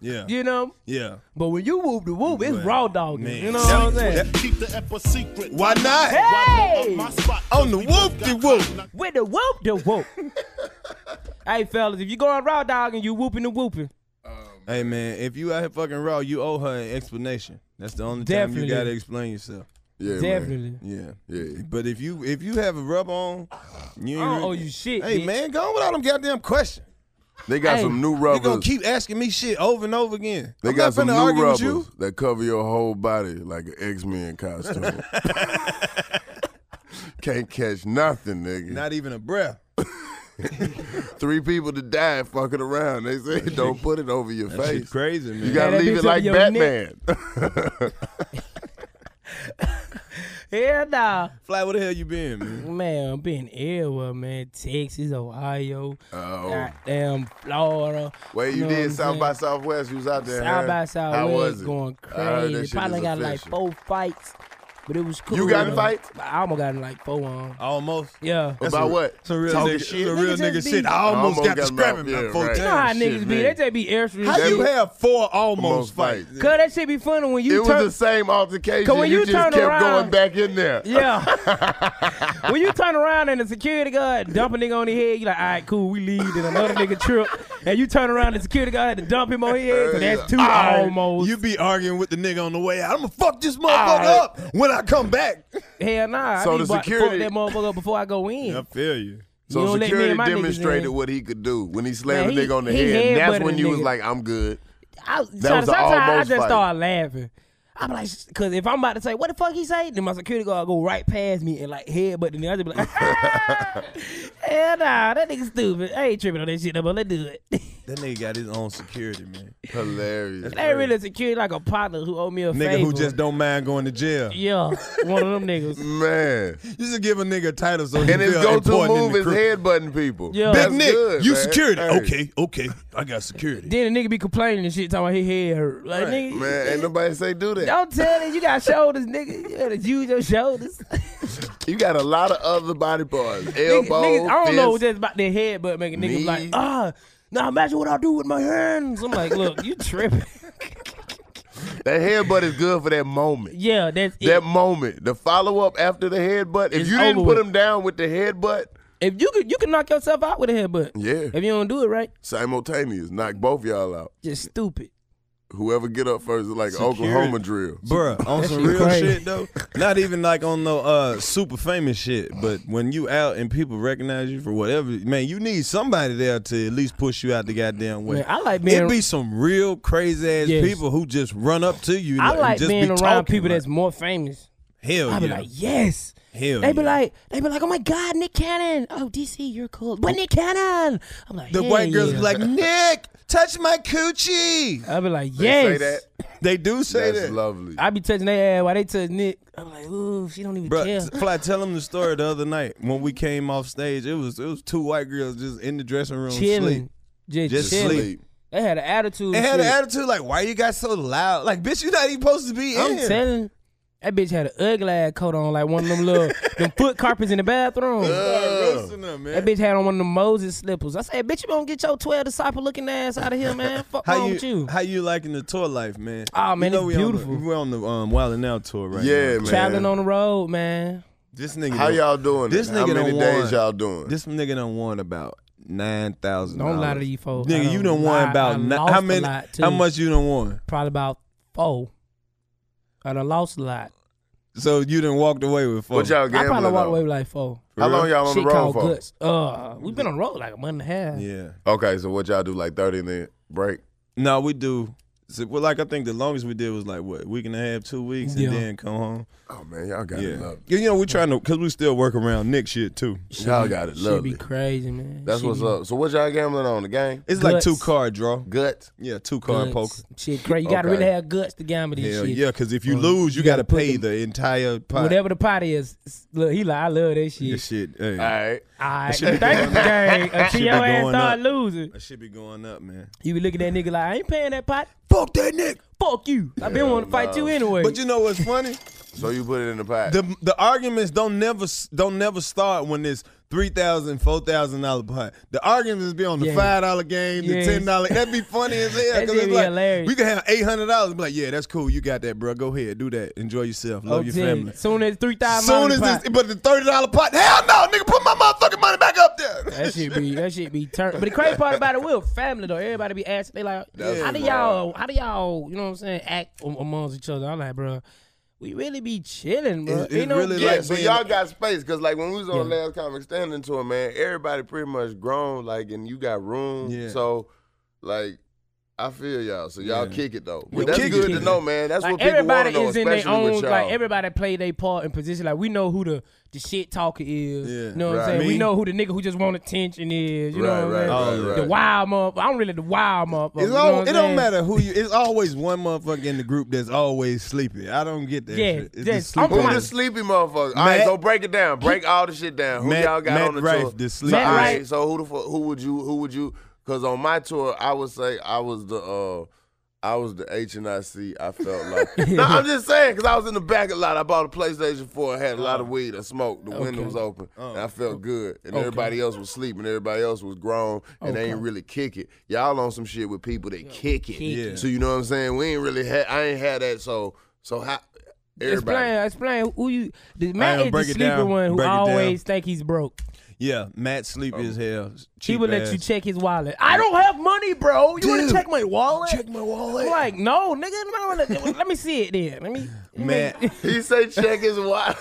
Yeah. you know. Yeah. But when you whoop the whoop, it's Man. raw dog. Man. You know what I'm saying? Keep the ep a secret. Why not? Hey! On the whoop de whoop. With the whoop the whoop. hey fellas, if you going raw dog and you whooping the whooping, Hey man, if you out here fucking raw, you owe her an explanation. That's the only time Definitely. you gotta explain yourself. Yeah, man. definitely. Yeah. Yeah. But if you if you have a rub on, you ain't I don't really- owe you shit, Hey bitch. man, go on with all them goddamn questions. They got Hey, some new You gonna rubbers. keep asking me shit over and over again. They I'm got not some finna new argue with rubbers you. that cover your whole body like an X Men costume. Can't catch nothing, nigga. Not even a breath. Three people to die fucking around. They say don't put it over your face. crazy, man. You gotta that bitch leave it over like your Batman. Hell nah. Fly, where the hell you been, man? Man, I'm being everywhere, man. Texas, Ohio, oh, goddamn Florida. wait, you know what I'm did South saying? by Southwest. You was out there. South by huh? How was Southwest it? going I heard that crazy. shit Probably is got like official. four fights, but it was cool. You got though. in fights? Oh, I almost got in like four on. Almost. Yeah. About what? Some real Talking nigga, shit? Some real Nigga nigga just shit. be- I almost, Almost got, got to scrapping locked, yeah, about four right. You times. know how Shit, niggas be. man. They just be extra. How That you was- have four almost, Almost fights? fights. Cause that shit be funny when It you was turn. the same altercation. 'Cause when you you just turn kept around- going back in there. Yeah. when you turn around and the security guard dump a nigga on his head, you like, all right, cool, we leave. Then another nigga trip, and you turn around and the security guard had to dump him on his head. So that's two Oh, Alright, almost. You be arguing with the nigga on the way out. I'm gonna fuck this motherfucker Alright. up when I come back. Hell nah. So I be the about to fuck security- that motherfucker up before I go in. feel you. So You don't let me and security my niggas demonstrated in. what he could do when he slammed Man, a nigga on the he- he head. and headbutted That's when a you was nigga. like, "I'm good." I, was sometimes a I almost just fight. start laughing. I'm like, because if I'm about to say, what the fuck he say? Then my security guard go right past me and like headbutt the nigga. I just be like, "Ah, hell nah, that nigga stupid. I ain't tripping on that shit no more. Let's do it. That nigga got his own security, man. Hilarious. They really secure like a partner who owe me a Nigga favor. who just don't mind going to jail. You yeah, one of them niggas. Man. should give a nigga a title so he And his feel go-to important in move the is crew. headbutting people. Yeah. Big That's Nick, good, you man. security. Hey, Okay, okay, I got security. Then a nigga be complaining and shit, talking about his head hurt. Like nigga, Man, ain't nobody say do that. don't tell it. You got shoulders, nigga. You gotta use your shoulders. You got a lot of other body parts. Niggas- Elbow, niggas, I don't know fist. just about their head, but making niggas knees. like ah. Now imagine what I'll do with my hands. I'm like, look, you tripping. That headbutt is good for that moment. yeah, that's it. That moment. The follow-up after the headbutt. If It's you didn't over put with. him down with the headbutt, if you could, you can knock yourself out with a headbutt. Yeah. If you don't do it right, simultaneous, knock both y'all out. just stupid. Whoever get up first is like an Security. Oklahoma drill. Bruh, on some shit real crazy. shit though. Not even like on no uh super famous shit, but when you out and people recognize you for whatever, man, you need somebody there to at least push you out the goddamn way. Man, I like being- It be some real crazy ass Yes. people who just run up to you. I and like just being be around talking, people like, that's more famous. hell I be yeah. like, yes. Hell they be yeah. like, they be like, oh my God, Nick Cannon. Oh, DC, you're cool. But Nick Cannon. I'm like, the hell white girls yeah. be like, Nick, touch my coochie. I be like, They yes. Say that. They do say That's that. lovely. I be touching their ass while they touch Nick. I'm like, ooh, she don't even Bro, care. Fly, tell them the story the other night when we came off stage. It was it was two white girls just in the dressing room sleep. Chilling. Just, Just chilling. sleep. They had an attitude. And and had an shit. attitude like, why you got so loud? Like, bitch, you not even supposed to be I'm in here. telling that bitch had an ugly ass coat on, like one of them little them foot carpets in the bathroom. Started roasting her, man. That bitch had on one of them Moses slippers. I said, bitch, you gonna get your 12 disciple looking ass out of here, man. Fuck How wrong you, with you. how you liking the tour life, man? Aw, man, you it's we beautiful. On the, we're on the um, Wild and Out tour right now. yeah, man. Traveling on the road, man. This nigga. How done- y'all doing? This it? How nigga many done days won. y'all doing? This nigga done won about nine thousand. Don't lie to these folks. I Nigga, done you done won lied. about I ni- lost how a many? lot, too. how much you done won? Probably about four. I done lost a lot. So you done walked away with four. what y'all I gambling probably walked on? away with like four. How long y'all on Shit the road called for? guts. Uh, we've been on the road like a month and a half. Yeah. Okay, so what y'all do like thirty and then break? No, we do So, well, like I think the longest we did was like what week and a half, two weeks, Yeah. and then come home. Oh man, y'all gotta Yeah, love it. you know we trying to because we still work around Nick shit too. Y'all gotta She love be it. crazy, man. That's She what's be up. So what y'all gambling on? The game? It's like Guts. two card draw. Gut. Yeah, two card guts. poker. Shit, crazy. You gotta Okay. really have guts to gamble this Hell shit. yeah, because if you lose, you, you got to gotta put pay them- the entire pot. Whatever the pot is, s- look, he like, I love that This shit. shit, hey, All right. All right, shit be thank you, gang. Until be your ass going start up. losing, that shit be going up, man. you be looking at that nigga like, I ain't paying that pot. Fuck that Nick. Fuck you. I been wanting to fight you anyway. But you know what's funny? So you put it in the pot. the the arguments don't never s- don't never start when it's three thousand, four thousand dollar pot. The arguments be on the Yeah. five dollar game, the Yes. ten dollar. That'd be funny as hell. That 'cause shit it's be like, hilarious. We could have eight hundred dollars. Be like, yeah, that's cool. You got that, bro. Go ahead, do that. Enjoy yourself. Love your Okay. family. Oh, Soon as three thousand. Soon as this, but the thirty dollar pot, hell no, nigga, put my motherfucking money back up there. That shit be that shit be turned. But the crazy part about it, we're a family though. Everybody be asking, they like, how do y'all, how do y'all, you know what I'm saying, act am- amongst each other? I'm like, bro, we really be chilling, bro. It's- Ain't it's no really yeah, like so being- y'all got space because like when we was on Yeah. last comic standing tour, man, everybody pretty much grown, like, and you got room. Yeah. So, like, I feel y'all. So y'all Yeah. kick it though. We But that's kick good it. to know, man. That's like what people want everybody to know, is in their especially own, with y'all. like everybody play their part in position. Like we know who the the shit talker is. Yeah. you know what Right. I'm saying. Me. We know who the nigga who just want attention is. You right, know what right, I'm right, saying. Oh, right. The wild motherfucker. I'm really the wild motherfucker. It's you know all, what I'm it don't saying? matter who you. It's always one motherfucker in the group that's always sleepy. I don't get that. Yeah, shit. It's just- the I'm sleepy Come Who the on. ones. sleepy motherfucker? all right, Matt- so break it down. Break all the shit down. Who Matt- y'all got Matt on the Rife, tour? the so, sleepy all right, Rife. so who the fuck? Who would you? Who would you? Because on my tour, I would say I was the. uh I was the H and I C. I felt like. no, I'm just saying because I was in the back a lot. I bought a PlayStation Four. I had a lot Uh-huh. of weed. I smoked. The window was open, and I felt good. And everybody else was sleeping. Everybody else was grown, and they ain't really kick it. Y'all on some shit with people that kick it. kick it. Yeah. So you know what I'm saying. We ain't really. Ha- I ain't had that. So so how. Everybody. Explain, explain who you. The man gonna is the break it sleeper down. one who Break it down. always think he's broke. Yeah, Matt sleepy as hell. Oh. He Cheap would let ass. you check his wallet. I don't have money, bro. You want Dude, to check my wallet? check my wallet. I'm like, no, nigga. No, let, let me see it then. Let me, let me- Matt, He say check his watch.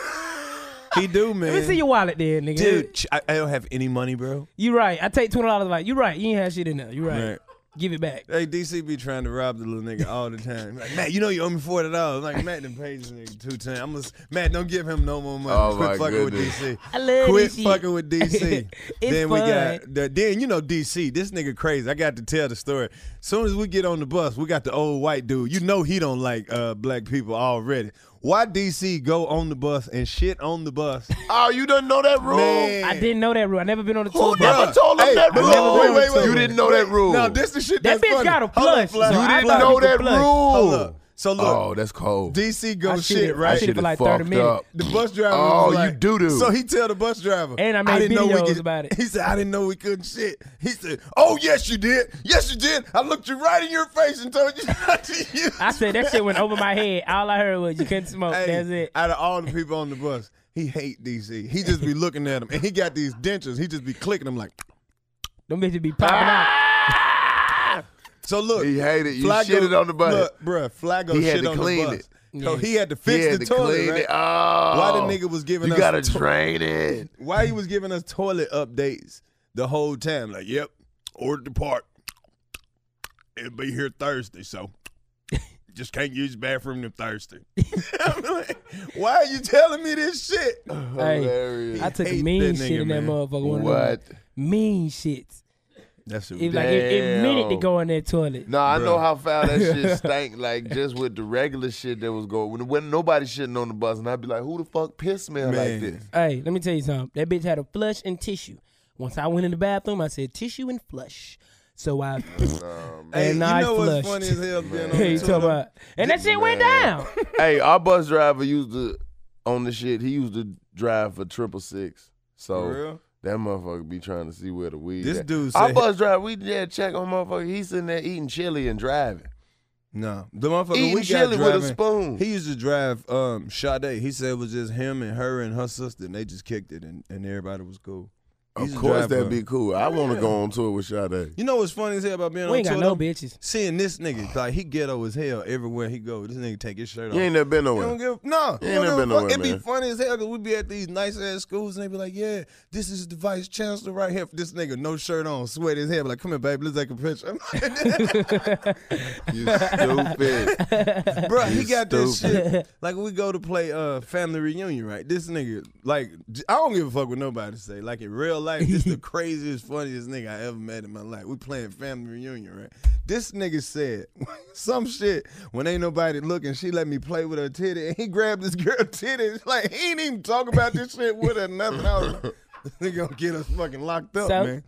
he do man. Let me see your wallet then, nigga. Dude, ch- I, I don't have any money, bro. You right. I take twenty dollars. Like you right. You ain't have shit in there. You right. Right. Give it back. Hey, DC be trying to rob the little nigga all the time. Like, Matt, you know you owe me forty dollars. Like Matt done paid this nigga two times. I'm just, Matt, don't give him no more money. Oh, Quit my fucking goodness. with DC. I love Quit this shit. fucking with DC. It's then we fun. got the, then you know DC. This nigga crazy. I got to tell the story. Soon as we get on the bus, we got the old white dude. You know he don't like uh, black people already. Why DC go on the bus and shit on the bus? Oh, you didn't know that rule? Man. I didn't know that rule. I never been on the Who tour. bus. never told him Hey, that I rule? never been on the You tour. didn't know that rule. No, this the shit. That that's bitch funny. got a Hold on, flush, Flash. so you I didn't thought know you could that flush. rule. Hold up. So look, Oh, that's cold. DC go I shit, should've- I right? should've- Should've for like 30 fucked minutes. up. the bus driver. Oh, was you like, do-do. So he tell the bus driver, And I made didn't know we videos could, about it. He said, "I didn't know we couldn't shit." He said, "Oh yes, you did. Yes, you did. I looked you right in your face and told you not to use." I said that shit went over my head. All I heard was you couldn't smoke. Hey, That's it. Out of all the people on the bus, he hate DC. He just be looking at him, and he got these dentures. He just be clicking them like. Them bitches be popping out. So look, He hated you Fly shitted go- on the bus. Look, bruh, Flago He had shit to on clean the bus. it. So Yeah. he had to He fix had the to toilet. clean right? it. Oh, Why the nigga was giving You us gotta to- drain it. why he was giving us toilet updates the whole time. Like, yep, ordered the part. It'll be here Thursday, so just can't use the bathroom on Thursday. I'm like, why are you telling me this shit? Hilarious. I took Ah. Hate mean that shit nigga, in that man. motherfucker. One of them What? Mean shit. That's It was like it, it Damn. minute to go in that toilet. No, I know how foul that shit stank. Like just with the regular shit that was going. When, when nobody shitting on the bus, and I'd be like, "Who the fuck piss smell Man. like this?" Hey, let me tell you something. That bitch had a flush and tissue. Once I went in the bathroom, I said tissue and flush. So I Hey, and you I know what's flushed. funny as hell being on Hey, the you talking toilet? about? And that shit went down. hey, our bus driver used to on the shit. He used to drive for triple six. So For real? that motherfucker be trying to see where the weed. This at. dude our said- bus driver. We did check on motherfucker. He's sitting there eating chili and driving. No, the motherfucker Eating we got chili with a driving, spoon. He used to drive um Sade. He said it was just him and her and her sister, and they just kicked it, and, and everybody was cool. Of just course, drive that'd her. be cool. I want to go on tour with Sade. You know what's funny as hell about being We on ain't tour? got though? no bitches. Seeing this nigga, like he ghetto as hell everywhere he go. This nigga take his shirt off. You ain't never You been don't nowhere. give no. You you don't ain't never give been a fuck. nowhere, It'd be man. funny as hell because we'd be at these nice ass schools and they'd be like, "Yeah, this is the vice chancellor right here." This nigga, no shirt on, sweat his hair. Be like, "Come here, baby, let's take a picture." You stupid. Bro, he You got this shit. Like we go to play uh family reunion, right? This nigga, like j- I don't give a fuck what nobody say. Like in real life, this the craziest, funniest nigga I ever met in my life. We playing family reunion, right? This nigga said some shit when ain't nobody looking. She let me play with her titty, and he grabbed this girl titty. It's Like he ain't even talk about this shit with her nothing. I was like, this nigga gonna get us fucking locked up, So? man.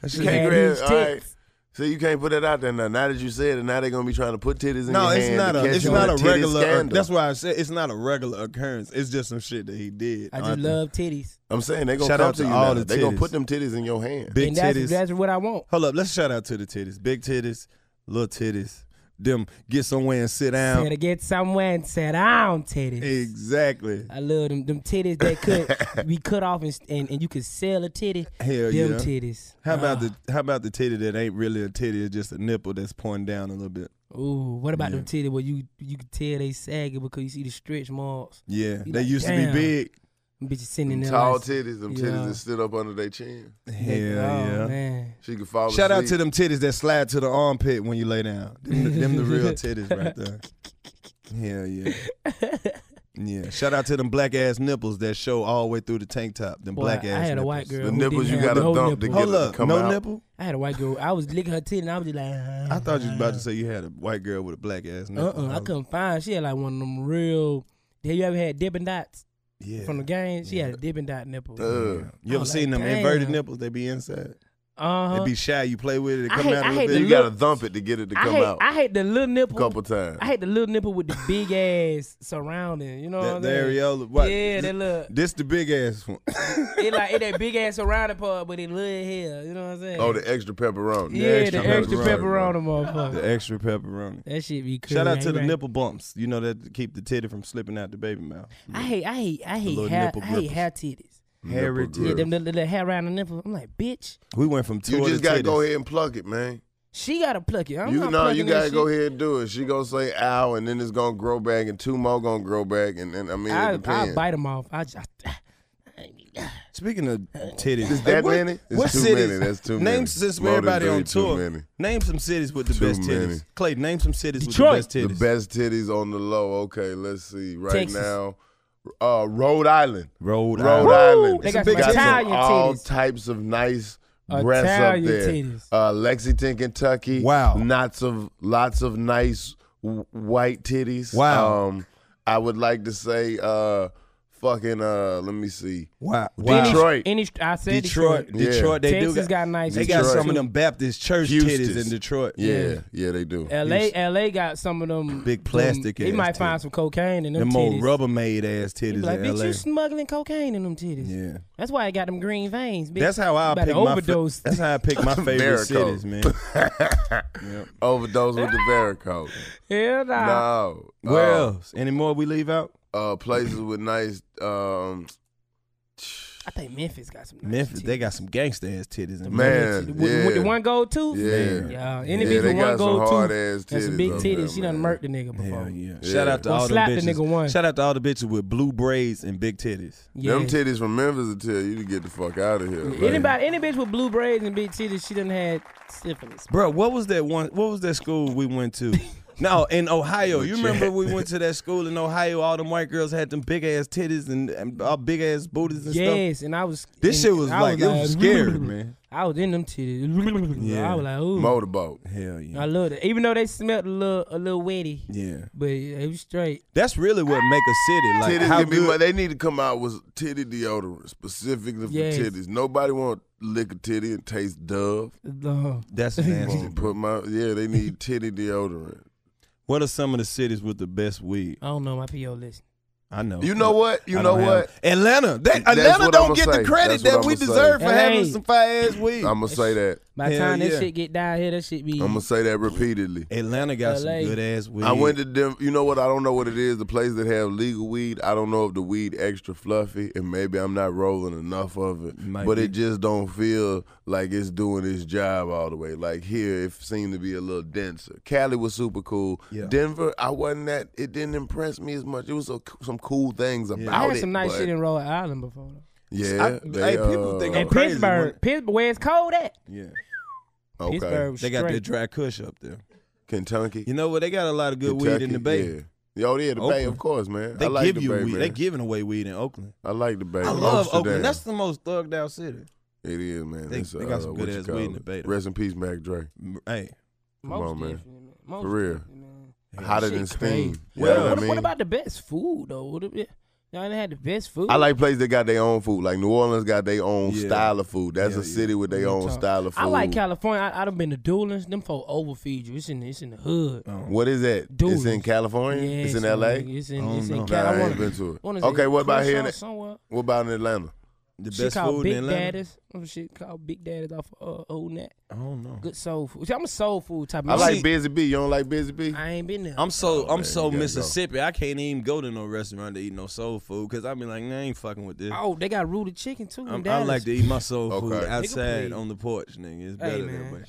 That shit- You can't Man, grab. these All right. tits. See, you can't put that out there now. Now that you said it, now they're gonna be trying to put titties in No, your it's hand not to a catch it's you in not a titty regular. uh, Scandal. That's why I said it's not a regular occurrence. It's just some shit that he did. Uh, I just love titties. I'm saying they gonna Shout come out to to you all now. the They gonna titties. put them titties in your hand. big And that's, titties. that's what I want. Hold up, let's shout out to the titties. Big titties, little titties. Them get somewhere and sit down. Gotta get somewhere and sit down, titties. Exactly. I love them them titties that could be cut off and, and, and you could sell a titty. Hell them yeah. titties. Ah. How about the how about the titty that ain't really a titty, it's just a nipple that's pointing down a little bit. Ooh, what about them titties where you you can tell they sagging because you see the stretch marks? Yeah, You they like, used to damn. be big. Them bitches sitting in Them there. tall like, titties, them Yeah. titties that stood up under their chin. Hell oh, yeah. man. She could fall Shout out to asleep. them titties that slide to the armpit when you lay down. Them, the- them the real titties right there. Hell yeah. Yeah. Shout out to them black ass nipples that show all the way through the tank top. Them Boy, black ass I had nipples. a white girl. The who nipples didn't you have gotta no dump to nipples. get Hold it to up, come no out. nipple? I had a white girl. I was licking her titty and I was just like, I thought you was about to say you had a white girl with a black ass uh nipple. uh Uh-uh. I couldn't find. She had like one of them real. Have you ever had Dippin' Dots Yeah. from the game? She had a Dippin' Dot nipple. Ugh. You I ever was seen like, them inverted damn. nipples? They be inside. Uh-huh. They be shy. You play with it, it I come hate- out I a little hate the bit. You look- gotta thump it to get it to I come hate, out I hate the little a nipple. couple times. I hate the little nipple with the big ass surrounding. You know what That, I'm the saying? areola. What? Yeah, that look. This the big ass one. It like it that big ass surrounding part, but it little here. You know what I'm saying? oh, the extra pepperoni. yeah, extra the extra pepperoni, pepperoni, motherfucker. the extra pepperoni. That shit be crazy. Shout out to the nipple bumps. You know that to keep the titty from slipping out the baby mouth. I hate, I hate, I hate, little hair, nipple I hate grippers. hair titties. Hairy Nipple titty. Yeah, grip. them little, little hair around the nipple. I'm like, bitch, We went from two You to just gotta titties. go ahead and pluck it, man. she gotta pluck it. I'm you not know, you plucking gotta that go shit. ahead and do it. She gonna say ow, and then it's gonna grow back, and two more gonna grow back, and then I mean, it I, I depends. bite them off. I just. Speaking of titties, Is that what- many? It's what too cities? many. That's too name many. since More than everybody three, on too tour. many. Name some cities with the Too best titties. many. Clay, name some cities Detroit. with the the best titties. best titties on the low. Okay, let's see. Right Texas. now, uh, Rhode Island. Rhode, Rhode Island. Island. They It's got a some big- Italian all titties. types of nice breasts Italian up there. titties. Uh, Lexington, Kentucky. Wow. Lots of lots of nice w- white titties. Wow. Um, I would like to say, uh, fucking. Uh, let me see. Wow. wow. Any- Detroit. Any, I said Detroit, Yeah. Detroit, they do. Texas got nice They got Detroit. some of them Baptist church Houston. titties in Detroit. Yeah, yeah, they do. LA, LA got some of them Big plastic Them, they ass might find titties. some cocaine in them, them titties. old Rubbermaid ass They be titties like, in bitch, LA. you smuggling cocaine in them titties. yeah, That's why I got them green veins. Bitch. that's how I About pick to my. Fa- overdose. that's how I pick my favorite Varicose. cities, man. Overdose with the varicose. Hell nah. No. Where Uh, else? Any more we leave out? Uh, places with nice. Um, I think Memphis got some. Nice Memphis, titties. they got some gangsta ass titties in With, Man, with the yeah. one gold tooth. Yeah. yeah. Any Yeah, bitch they with got one some gold hard tooth. ass That's some titties big up titties. there, She done man. murked the nigga before. Hell yeah. Yeah. Shout out to Or all the slap the bitches. nigga one. Shout out to all the bitches with blue braids and big titties. Yeah. Them titties from Memphis will tell you to get the fuck out of here. man. Anybody, any bitch with blue braids and big titties, she done had syphilis. Bro, what was that one? What was that school we went to? no, in Ohio. You remember we went to that school in Ohio? All them white girls had them big ass titties and, and all big ass booties and stuff. Yes, and I was. This and shit was I like, it was uh, scary, man. I was in them titties. Yeah. I was like, ooh. Motorboat. Hell yeah. I love it. Even though they smelled a little, a little wetty, yeah. but it was straight. That's really what make a city. Like Titties how can be, good, mo- they need to come out with titty deodorant specifically for Yes. titties. Nobody want to lick a titty and taste Dove. Uh, That's nasty. Put my yeah, they need titty deodorant. what are some of the cities with the best weed? I don't know my PO list. I know. You know what? You I know don't have- what? Atlanta. They, That's Atlanta what don't I'ma get say. the credit That's what that we I'ma say. deserve for having Hey. some fire ass weed. I'm gonna say that. By the Hell time yeah. that shit get down here, that shit be. I'm gonna say that repeatedly. Atlanta got LA. some good ass weed. I went to them. You know what? I don't know what it is. The place that have legal weed. I don't know if the weed extra fluffy, and maybe I'm not rolling enough of it. Might but be. it just don't feel like it's doing its job all the way. Like here, it seemed to be a little denser. Cali was super cool. Yeah. Denver, I wasn't that. It didn't impress me as much. It was so, some cool things about I had it. some nice but- shit in Rhode Island before. though. Yeah. uh, I- hey, people think And I'm crazy Pittsburgh, when- Pittsburgh, where it's cold at? Yeah, okay. Pittsburgh, was they got straight. their dry Kush up there. Kentucky. You know what? They got a lot of good weed in the Bay. Kentucky, Yeah. Oh yeah, the Bay, Oakland. of course, man. They I like give the you Bay, weed. man. They giving away weed in Oakland. I like the Bay. I love Amsterdam. Oakland. That's the most thugged out city. It is, man. They- It's, they got uh, some what good you ass call weed in the it. Bay, though. Rest in peace, Mac Dre. M- Hey, Come on, man. definitely, Most For real. definitely, man. Hotter shit than steam. crazy. You What, know what what- I what mean? about the best food though? What about, y'all ain't had the best food. I like places that got their own food. Like New Orleans got their own Yeah. style of food. That's Yeah, a yeah. city with their own talk. style of food. I like California. I, I done been to Doolins. Them folk overfeed you. It's in it's in the hood. Oh. What is that? It's in Dunes. California. Yeah, it's in so L.A. It's in Oh, it's no. in Nah, I California. ain't been to it. Okay, what about here? in- Somewhere. What about in Atlanta? the Shit best called food Big in Atlanta. Daddies. Some shit called Big Daddies off uh, Old Net. I don't know. Good soul food. See, I'm a soul food type. of I man. like see- Busy Bee. You don't like Busy Bee? I ain't been there. I'm so I'm so Oh, you gotta go. Mississippi. I can't even go to no restaurant to eat no soul food because I be like, nah, I ain't fucking with this. oh, they got rooted chicken too. in I'm, I Dallas. like to eat my soul food Okay. outside please. on the porch, nigga. It's Hey, better that man. way.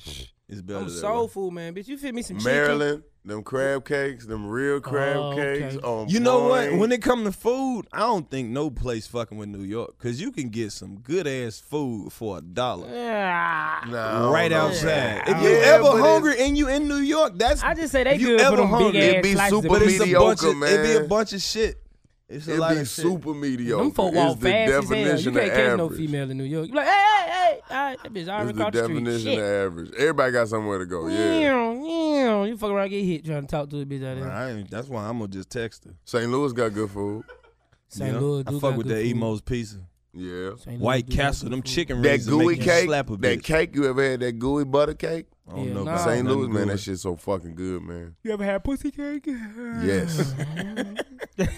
It's better I'm that soul way. food man, bitch. You fit me some chicken. Maryland, them crab cakes, them real crab Oh, okay. cakes. On You know what? point. When it come to food, I don't think no place fucking with New York because you can get some good ass food for a dollar Yeah. Nah, I right don't know. outside. Yeah. If you Yeah, ever but it's- hungry and you in New York, that's I just say they If you good ever for them hungry, big ass it be slices of super but bread. it's a mediocre, bunch of it be man. a bunch of shit. It's a It lot be of shit. super mediocre. Them folk It's walk the fast as hell. You definition can't of catch no average. female in New York. You like, hey, hey, hey, all right, that bitch already It's the caught the street. definition Shit. of average. Everybody got somewhere to go. Yeah. Meow, meow. You fuck around, get hit trying to talk to a bitch out there. I ain't, that's why I'm gonna just text her. you St. Louis got good food. St. know? Louis, I do fuck got with good that food. Emo's pizza, Yeah. St. Louis White do got Castle, good them food. chicken That rings gooey make you cake. slap a bitch. That cake you ever had? That gooey butter cake. I don't Yeah, know nah. about St. nothing Louis, man, good. that shit's so fucking good, man. You ever had pussy cake? Mm. Yes.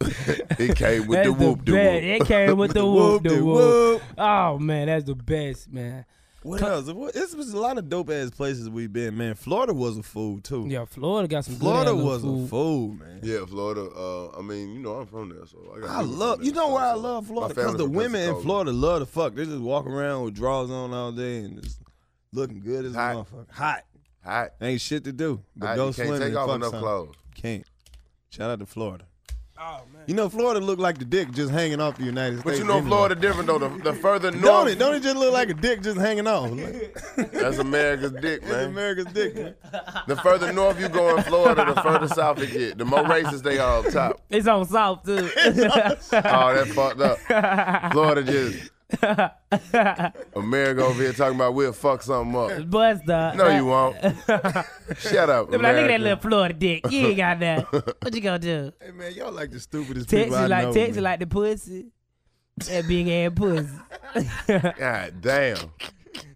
it came with That's the whoop the de best. whoop. It came with the whoop, the whoop. Whoop-de-whoop. Oh man, that's the best, man. What else? What, this was a lot of dope ass places we've been, man. Florida was a fool too. Yeah, Florida got some. Florida good was food. a fool, man. Yeah, Florida. Uh, I mean, you know, I'm from there, so I, got I people from love. there, You know so- why I so- love My Florida? Because family the from women in Pensacola. Florida love to fuck. They just walk around with drawers on all day and just looking good as Hot. a motherfucker. Hot. Hot. Ain't shit to do but hot. go You swimming can't take and off fuck enough something. clothes. Can't. Shout out to Florida. Oh man. You know Florida look like the dick just hanging off the United But States. you know, anyway. Florida different though. The, the further north, Don't it? Don't it just look like a dick just hanging off? Like, that's America's dick, it's man. America's dick. Man. The further north you go in Florida, the further south it get. The more racist they are up top. It's on south too. Oh, that fucked up. Florida just America over here talking about we'll fuck something up. Buzz the. No, you won't. Shut up, They be like, look at that America. little Florida dick. You ain't got that. What you gonna do? Hey man, y'all like the stupidest Texas people I like know. Texas man. like the pussy. That big ass pussy. God damn,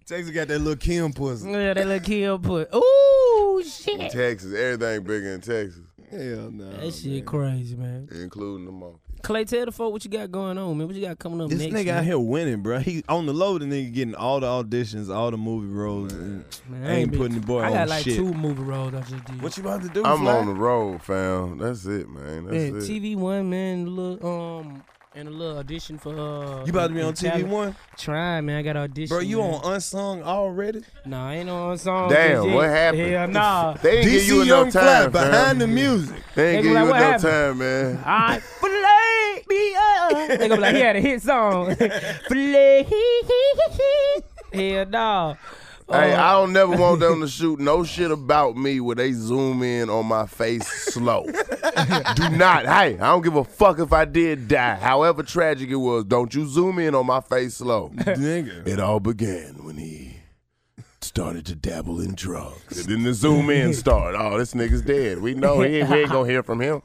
Texas got that little Kim pussy. Yeah, that little kill pussy. Ooh shit. Texas, everything bigger in Texas, Hell no. That shit crazy, man. including the monkey. Clay, tell the folk what you got going on, man. What you got coming up This next? nigga out man? here winning, bro. He on the low. The nigga getting all the auditions, all the movie roles, and Man, I ain't been- putting the boy I on got like shit. two movie roles I just did. What you about to do? I'm Fly? on the road, fam. That's it, man. That's Yeah, it. TV One, man. A little um. And a little audition for uh You about to be in- on in TV Cali- one, Trying, man. I got audition. bro? You man. on unsung already? Nah, I ain't on song. Damn, just yet. what happened? Hell nah. They didn't give you DC enough Young Fly time, behind the fam. music. They They ain't be give like, you "What enough happened?" time, man. I flay me up. They gonna be like, he had a hit song. flay. Hell no. Hey, I don't never want them to shoot no shit about me where they zoom in on my face slow. do not. Hey, I don't give a fuck if I did die. However tragic it was, don't you zoom in on my face slow. Nigga, It all began when he started to dabble in drugs. And then the zoom in started. Oh, this nigga's dead. We know he ain't, we ain't gonna hear from him.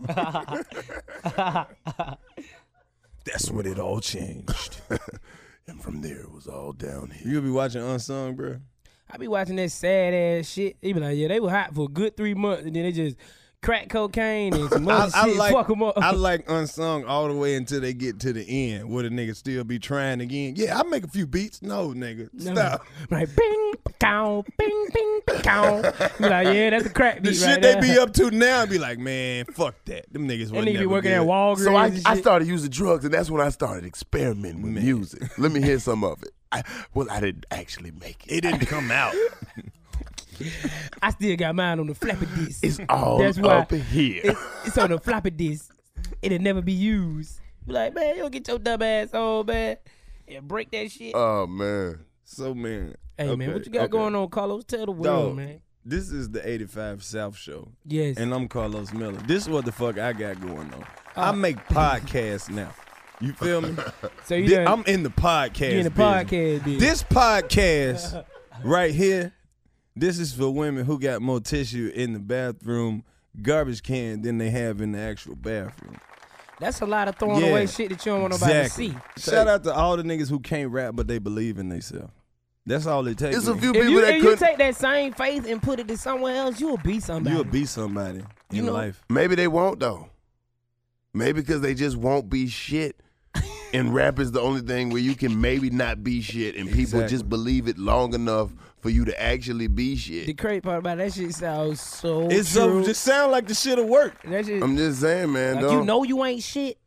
that's when it all changed. And from there, it was all downhill. You'll be watching unsung, bro. I be watching that sad ass shit. They be like, yeah, they were hot for a good three months, and then they just crack cocaine and some I, other I shit. like Fuck 'em up. I like unsung all the way until they get to the end, where the nigga still be trying again. Yeah, I make a few beats. No, nigga, No. stop. Like bing, pow, bing, bing, pow. You like, yeah, that's a crack The beat shit right they there. be up to now, be like, man, fuck that. Them niggas That wasn't nigga be never working good. at Walgreens. So I, and I shit. started using drugs, and that's when I started experimenting with music. Let me hear some of it. I, well, I didn't actually make it. It didn't come out. I still got mine on the floppy disk. It's all That's why- up in here. It's, it's on the floppy disk. It'll never be used. Be like, man, you don't get your dumb ass on, man. And break that shit. oh man, so man, hey, man, okay, what you got okay. going on, Carlos? Tell the world, Dog, man. This is the '85 South Show. Yes. and I'm Carlos Miller. This is what the fuck I got going on. Ah. I make podcasts now. You feel me? so you Thi- done- I'm in the podcast. you in the podcast, business. bitch. This podcast right here, this is for women who got more tissue in the bathroom garbage can than they have in the actual bathroom. That's a lot of throwing Yeah. away shit that you don't want nobody Exactly. to see. Shout out to all the niggas who can't rap but they believe in themselves. That's all they take. it's a man. few If people you, that if you couldn't. take that same faith and put it to somewhere else, you'll be somebody. You'll be somebody in know- life. Maybe they won't though. Maybe because they just won't be shit. And rap is the only thing where you can maybe not be shit, and people Exactly. just believe it long enough for you to actually be The shit. crazy part about that shit sounds so It's true. so just sound like the shit'll work. that shit, I'm just saying, man. like, you don't- know you ain't shit,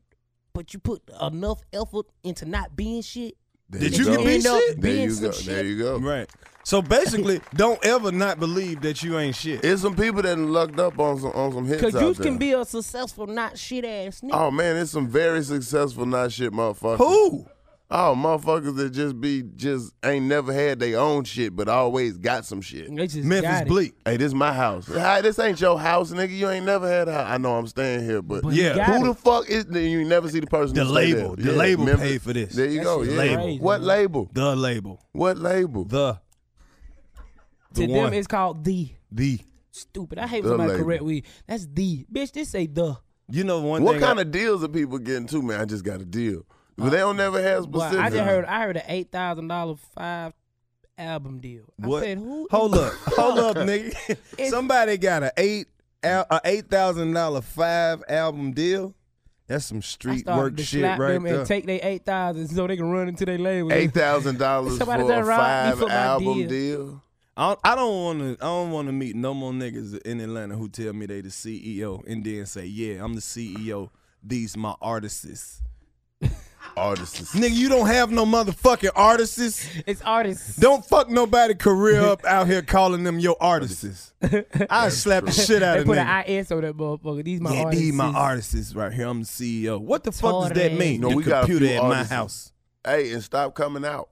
but you put enough effort into not being shit. There Did you go. get beat end up shit? There being you some go. shit. There you go. Right. So basically, don't ever not believe that you ain't shit. It's some people that done lucked up on some on some hits. Cause you out can there. be a successful not shit ass nigga. Oh man, it's some very successful not shit motherfuckers. Who? Oh, motherfuckers that just be just ain't never had their own shit, but always got some shit. They just got Memphis it. Bleak. Hey, this my house. Hi, this ain't your house, nigga. You ain't never had a house. I know I'm staying here, but, But Yeah. you got who it. the fuck is you never see the person The who stay label. there. The label paid for this. There you That go. shit's Yeah. crazy, what man. label? The label. What label? The. to The them one. it's called the The. stupid. I hate The when somebody label. correct we. That's the bitch. This say the. You know one what thing. kind I- of deals are people getting too, man? I just got a deal. But they don't never have Boy, specifics. I just heard. I heard an eight thousand dollar five album deal. What? I said who? Hold up. Hold up, nigga. Somebody got a eight al- a eight thousand dollar five album deal. That's some I street started work to shit slap right them there. and take their eight thousand so they can run into their label. Eight thousand dollars for Somebody a done robbed me five for my album deal. deal. I don't- I don't want to. I don't want to meet no more niggas in Atlanta who tell me they the CEO and then say, "Yeah, I'm the CEO. These my artists." Artists. Nigga, you don't have no motherfucking artists. It's artists. Don't fuck nobody career up out here calling them your artists. I slap the shit out They of put them. an IS on that motherfucker. These my Yeah, artists. these my artists right here. I'm the CEO. What the fuck does that Torres. mean? No, the we got a computer few at my artists. house. Hey, and stop coming out.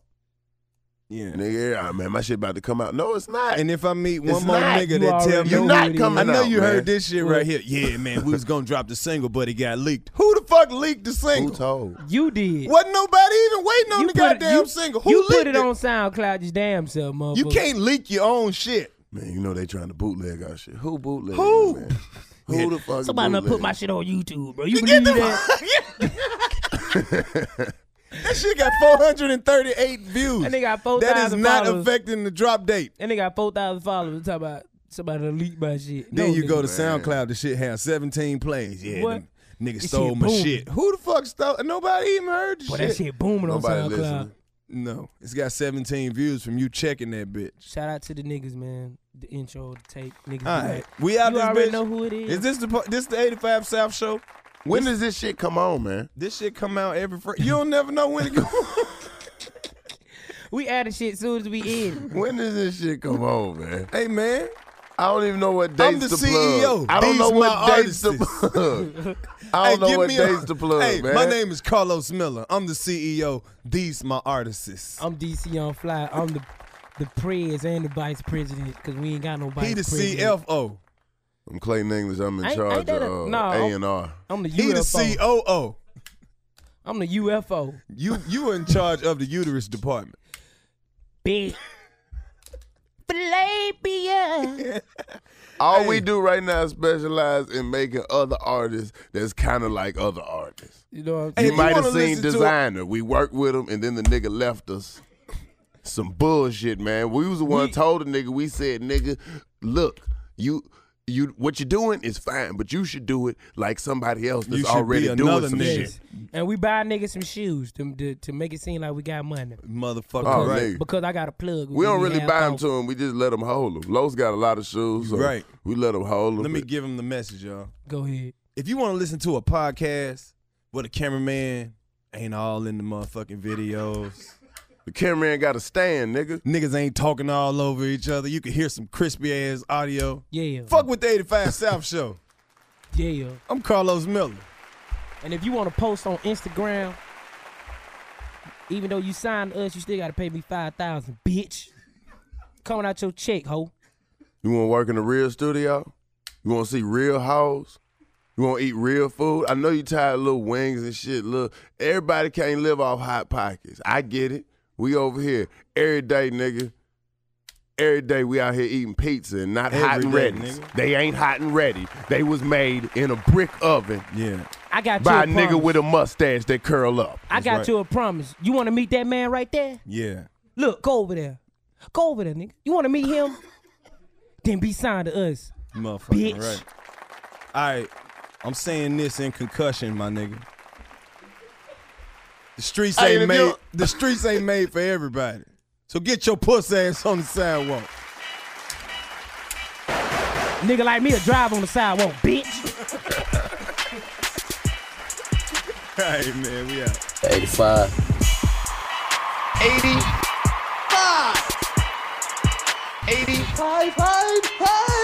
Yeah. Nigga, ah, man, my shit about to come out. No, it's not. And if I meet one It's more not. nigga You that tell already me, You're know not what it coming I know out, you man. heard this shit right here. Yeah, man, we was gonna drop the single, but it got leaked. Who the fuck leaked the Who single? told? is. You did. Wasn't nobody even waiting on You the put it- goddamn you- single. Who You leaked put it on SoundCloud just damn self, motherfucker. You can't leak your own shit. Man, you know they trying to bootleg our shit. Who bootleg? Who? Man? Who the fuck? Somebody done bootleg? put my shit on YouTube, bro. You believe that? That shit got 438 views. That nigga got That is 4,000 not followers. affecting the drop date. And they got four thousand followers. Talk about somebody done leaked my shit. Then No, you go to nigga. SoundCloud, the shit has 17 plays. Yeah, What? them niggas shit stole my booming. shit. Who the fuck stole? Nobody even heard the Boy, shit. that shit booming on Nobody SoundCloud. listening. No, it's got 17 views from you checking that bitch. Shout out to the niggas, man. The intro, the tape, niggas. be All right, like, we out you this already bitch. know who it is. Is this the po- this the 85 South show? When does this shit come on, man? This shit come out every Friday. You don't never know when it goes. we added shit soon as we in. When does this shit come on, man? hey man, I don't even know what I'm dates the to plug. CEO. I don't These know my what dates to artists. plug. hey, I don't know give what me dates a, to plug, Hey, man. my name is Carlos Miller. I'm the CEO. These my artists. I'm DC on fly. I'm the the prez and the vice president because we ain't got no vice he the president. CFO. I'm Clayton English. I'm in Ain't- charge ain't that a- of uh, no. A and R. I'm the He UFO. the COO. I'm the UFO. You you in charge of the uterus department. Big. Flabia. All we do right now is specialize in making other artists that's kind of like other artists. You know what I'm Hey, saying? You if might have wanna seen listen to it- Designer. We worked with him, and then the nigga left us. Some bullshit, man. We was the one We- told the nigga. We said, nigga, look, you you what you're doing is fine, but you should do it like somebody else that's You should be already doing another some nigga. shit. Yes. And we buy niggas some shoes to, to, to make it seem like we got money. Motherfucker, Oh, right. nigga. Because I got a plug. We don't really have buy them out. to him. We just let them hold them. Lowe's got a lot of shoes. So Right. We let them hold them. Let me give him the message, y'all. Go ahead. If you want to listen to a podcast where the cameraman ain't all in the motherfucking videos, the cameraman got a stand, nigga. niggas ain't talking all over each other, you can hear some crispy ass audio. Yeah. Fuck with the 85 South Show. Yeah. I'm Carlos Miller. And if you want to post on Instagram, even though you signed us, you still got to pay me 5000 bitch. Coming out your check, ho. You want to work in a real studio? You want to see real hoes? You want to eat real food? I know you tired of little wings and shit. Look, everybody can't live off hot pockets. I get it. We over here every day, nigga. Every day we out here eating pizza and not Every hot day, and ready. nigga. They ain't hot and ready. They was made in a brick oven Yeah. I got by a you a promise. nigga with a mustache that curl up. I got right. you a promise. You want to meet that man right there? Yeah. Look, go over there. Go over there, nigga. You want to meet him? then be signed to us, Motherfucker, bitch. right. All right. I'm saying this in concussion, my nigga. The streets Hey, ain't if you- made the streets ain't made for everybody. So get your puss ass on the sidewalk. Nigga like me to drive on the sidewalk, bitch. All right, man, we out. 80. 85. 85.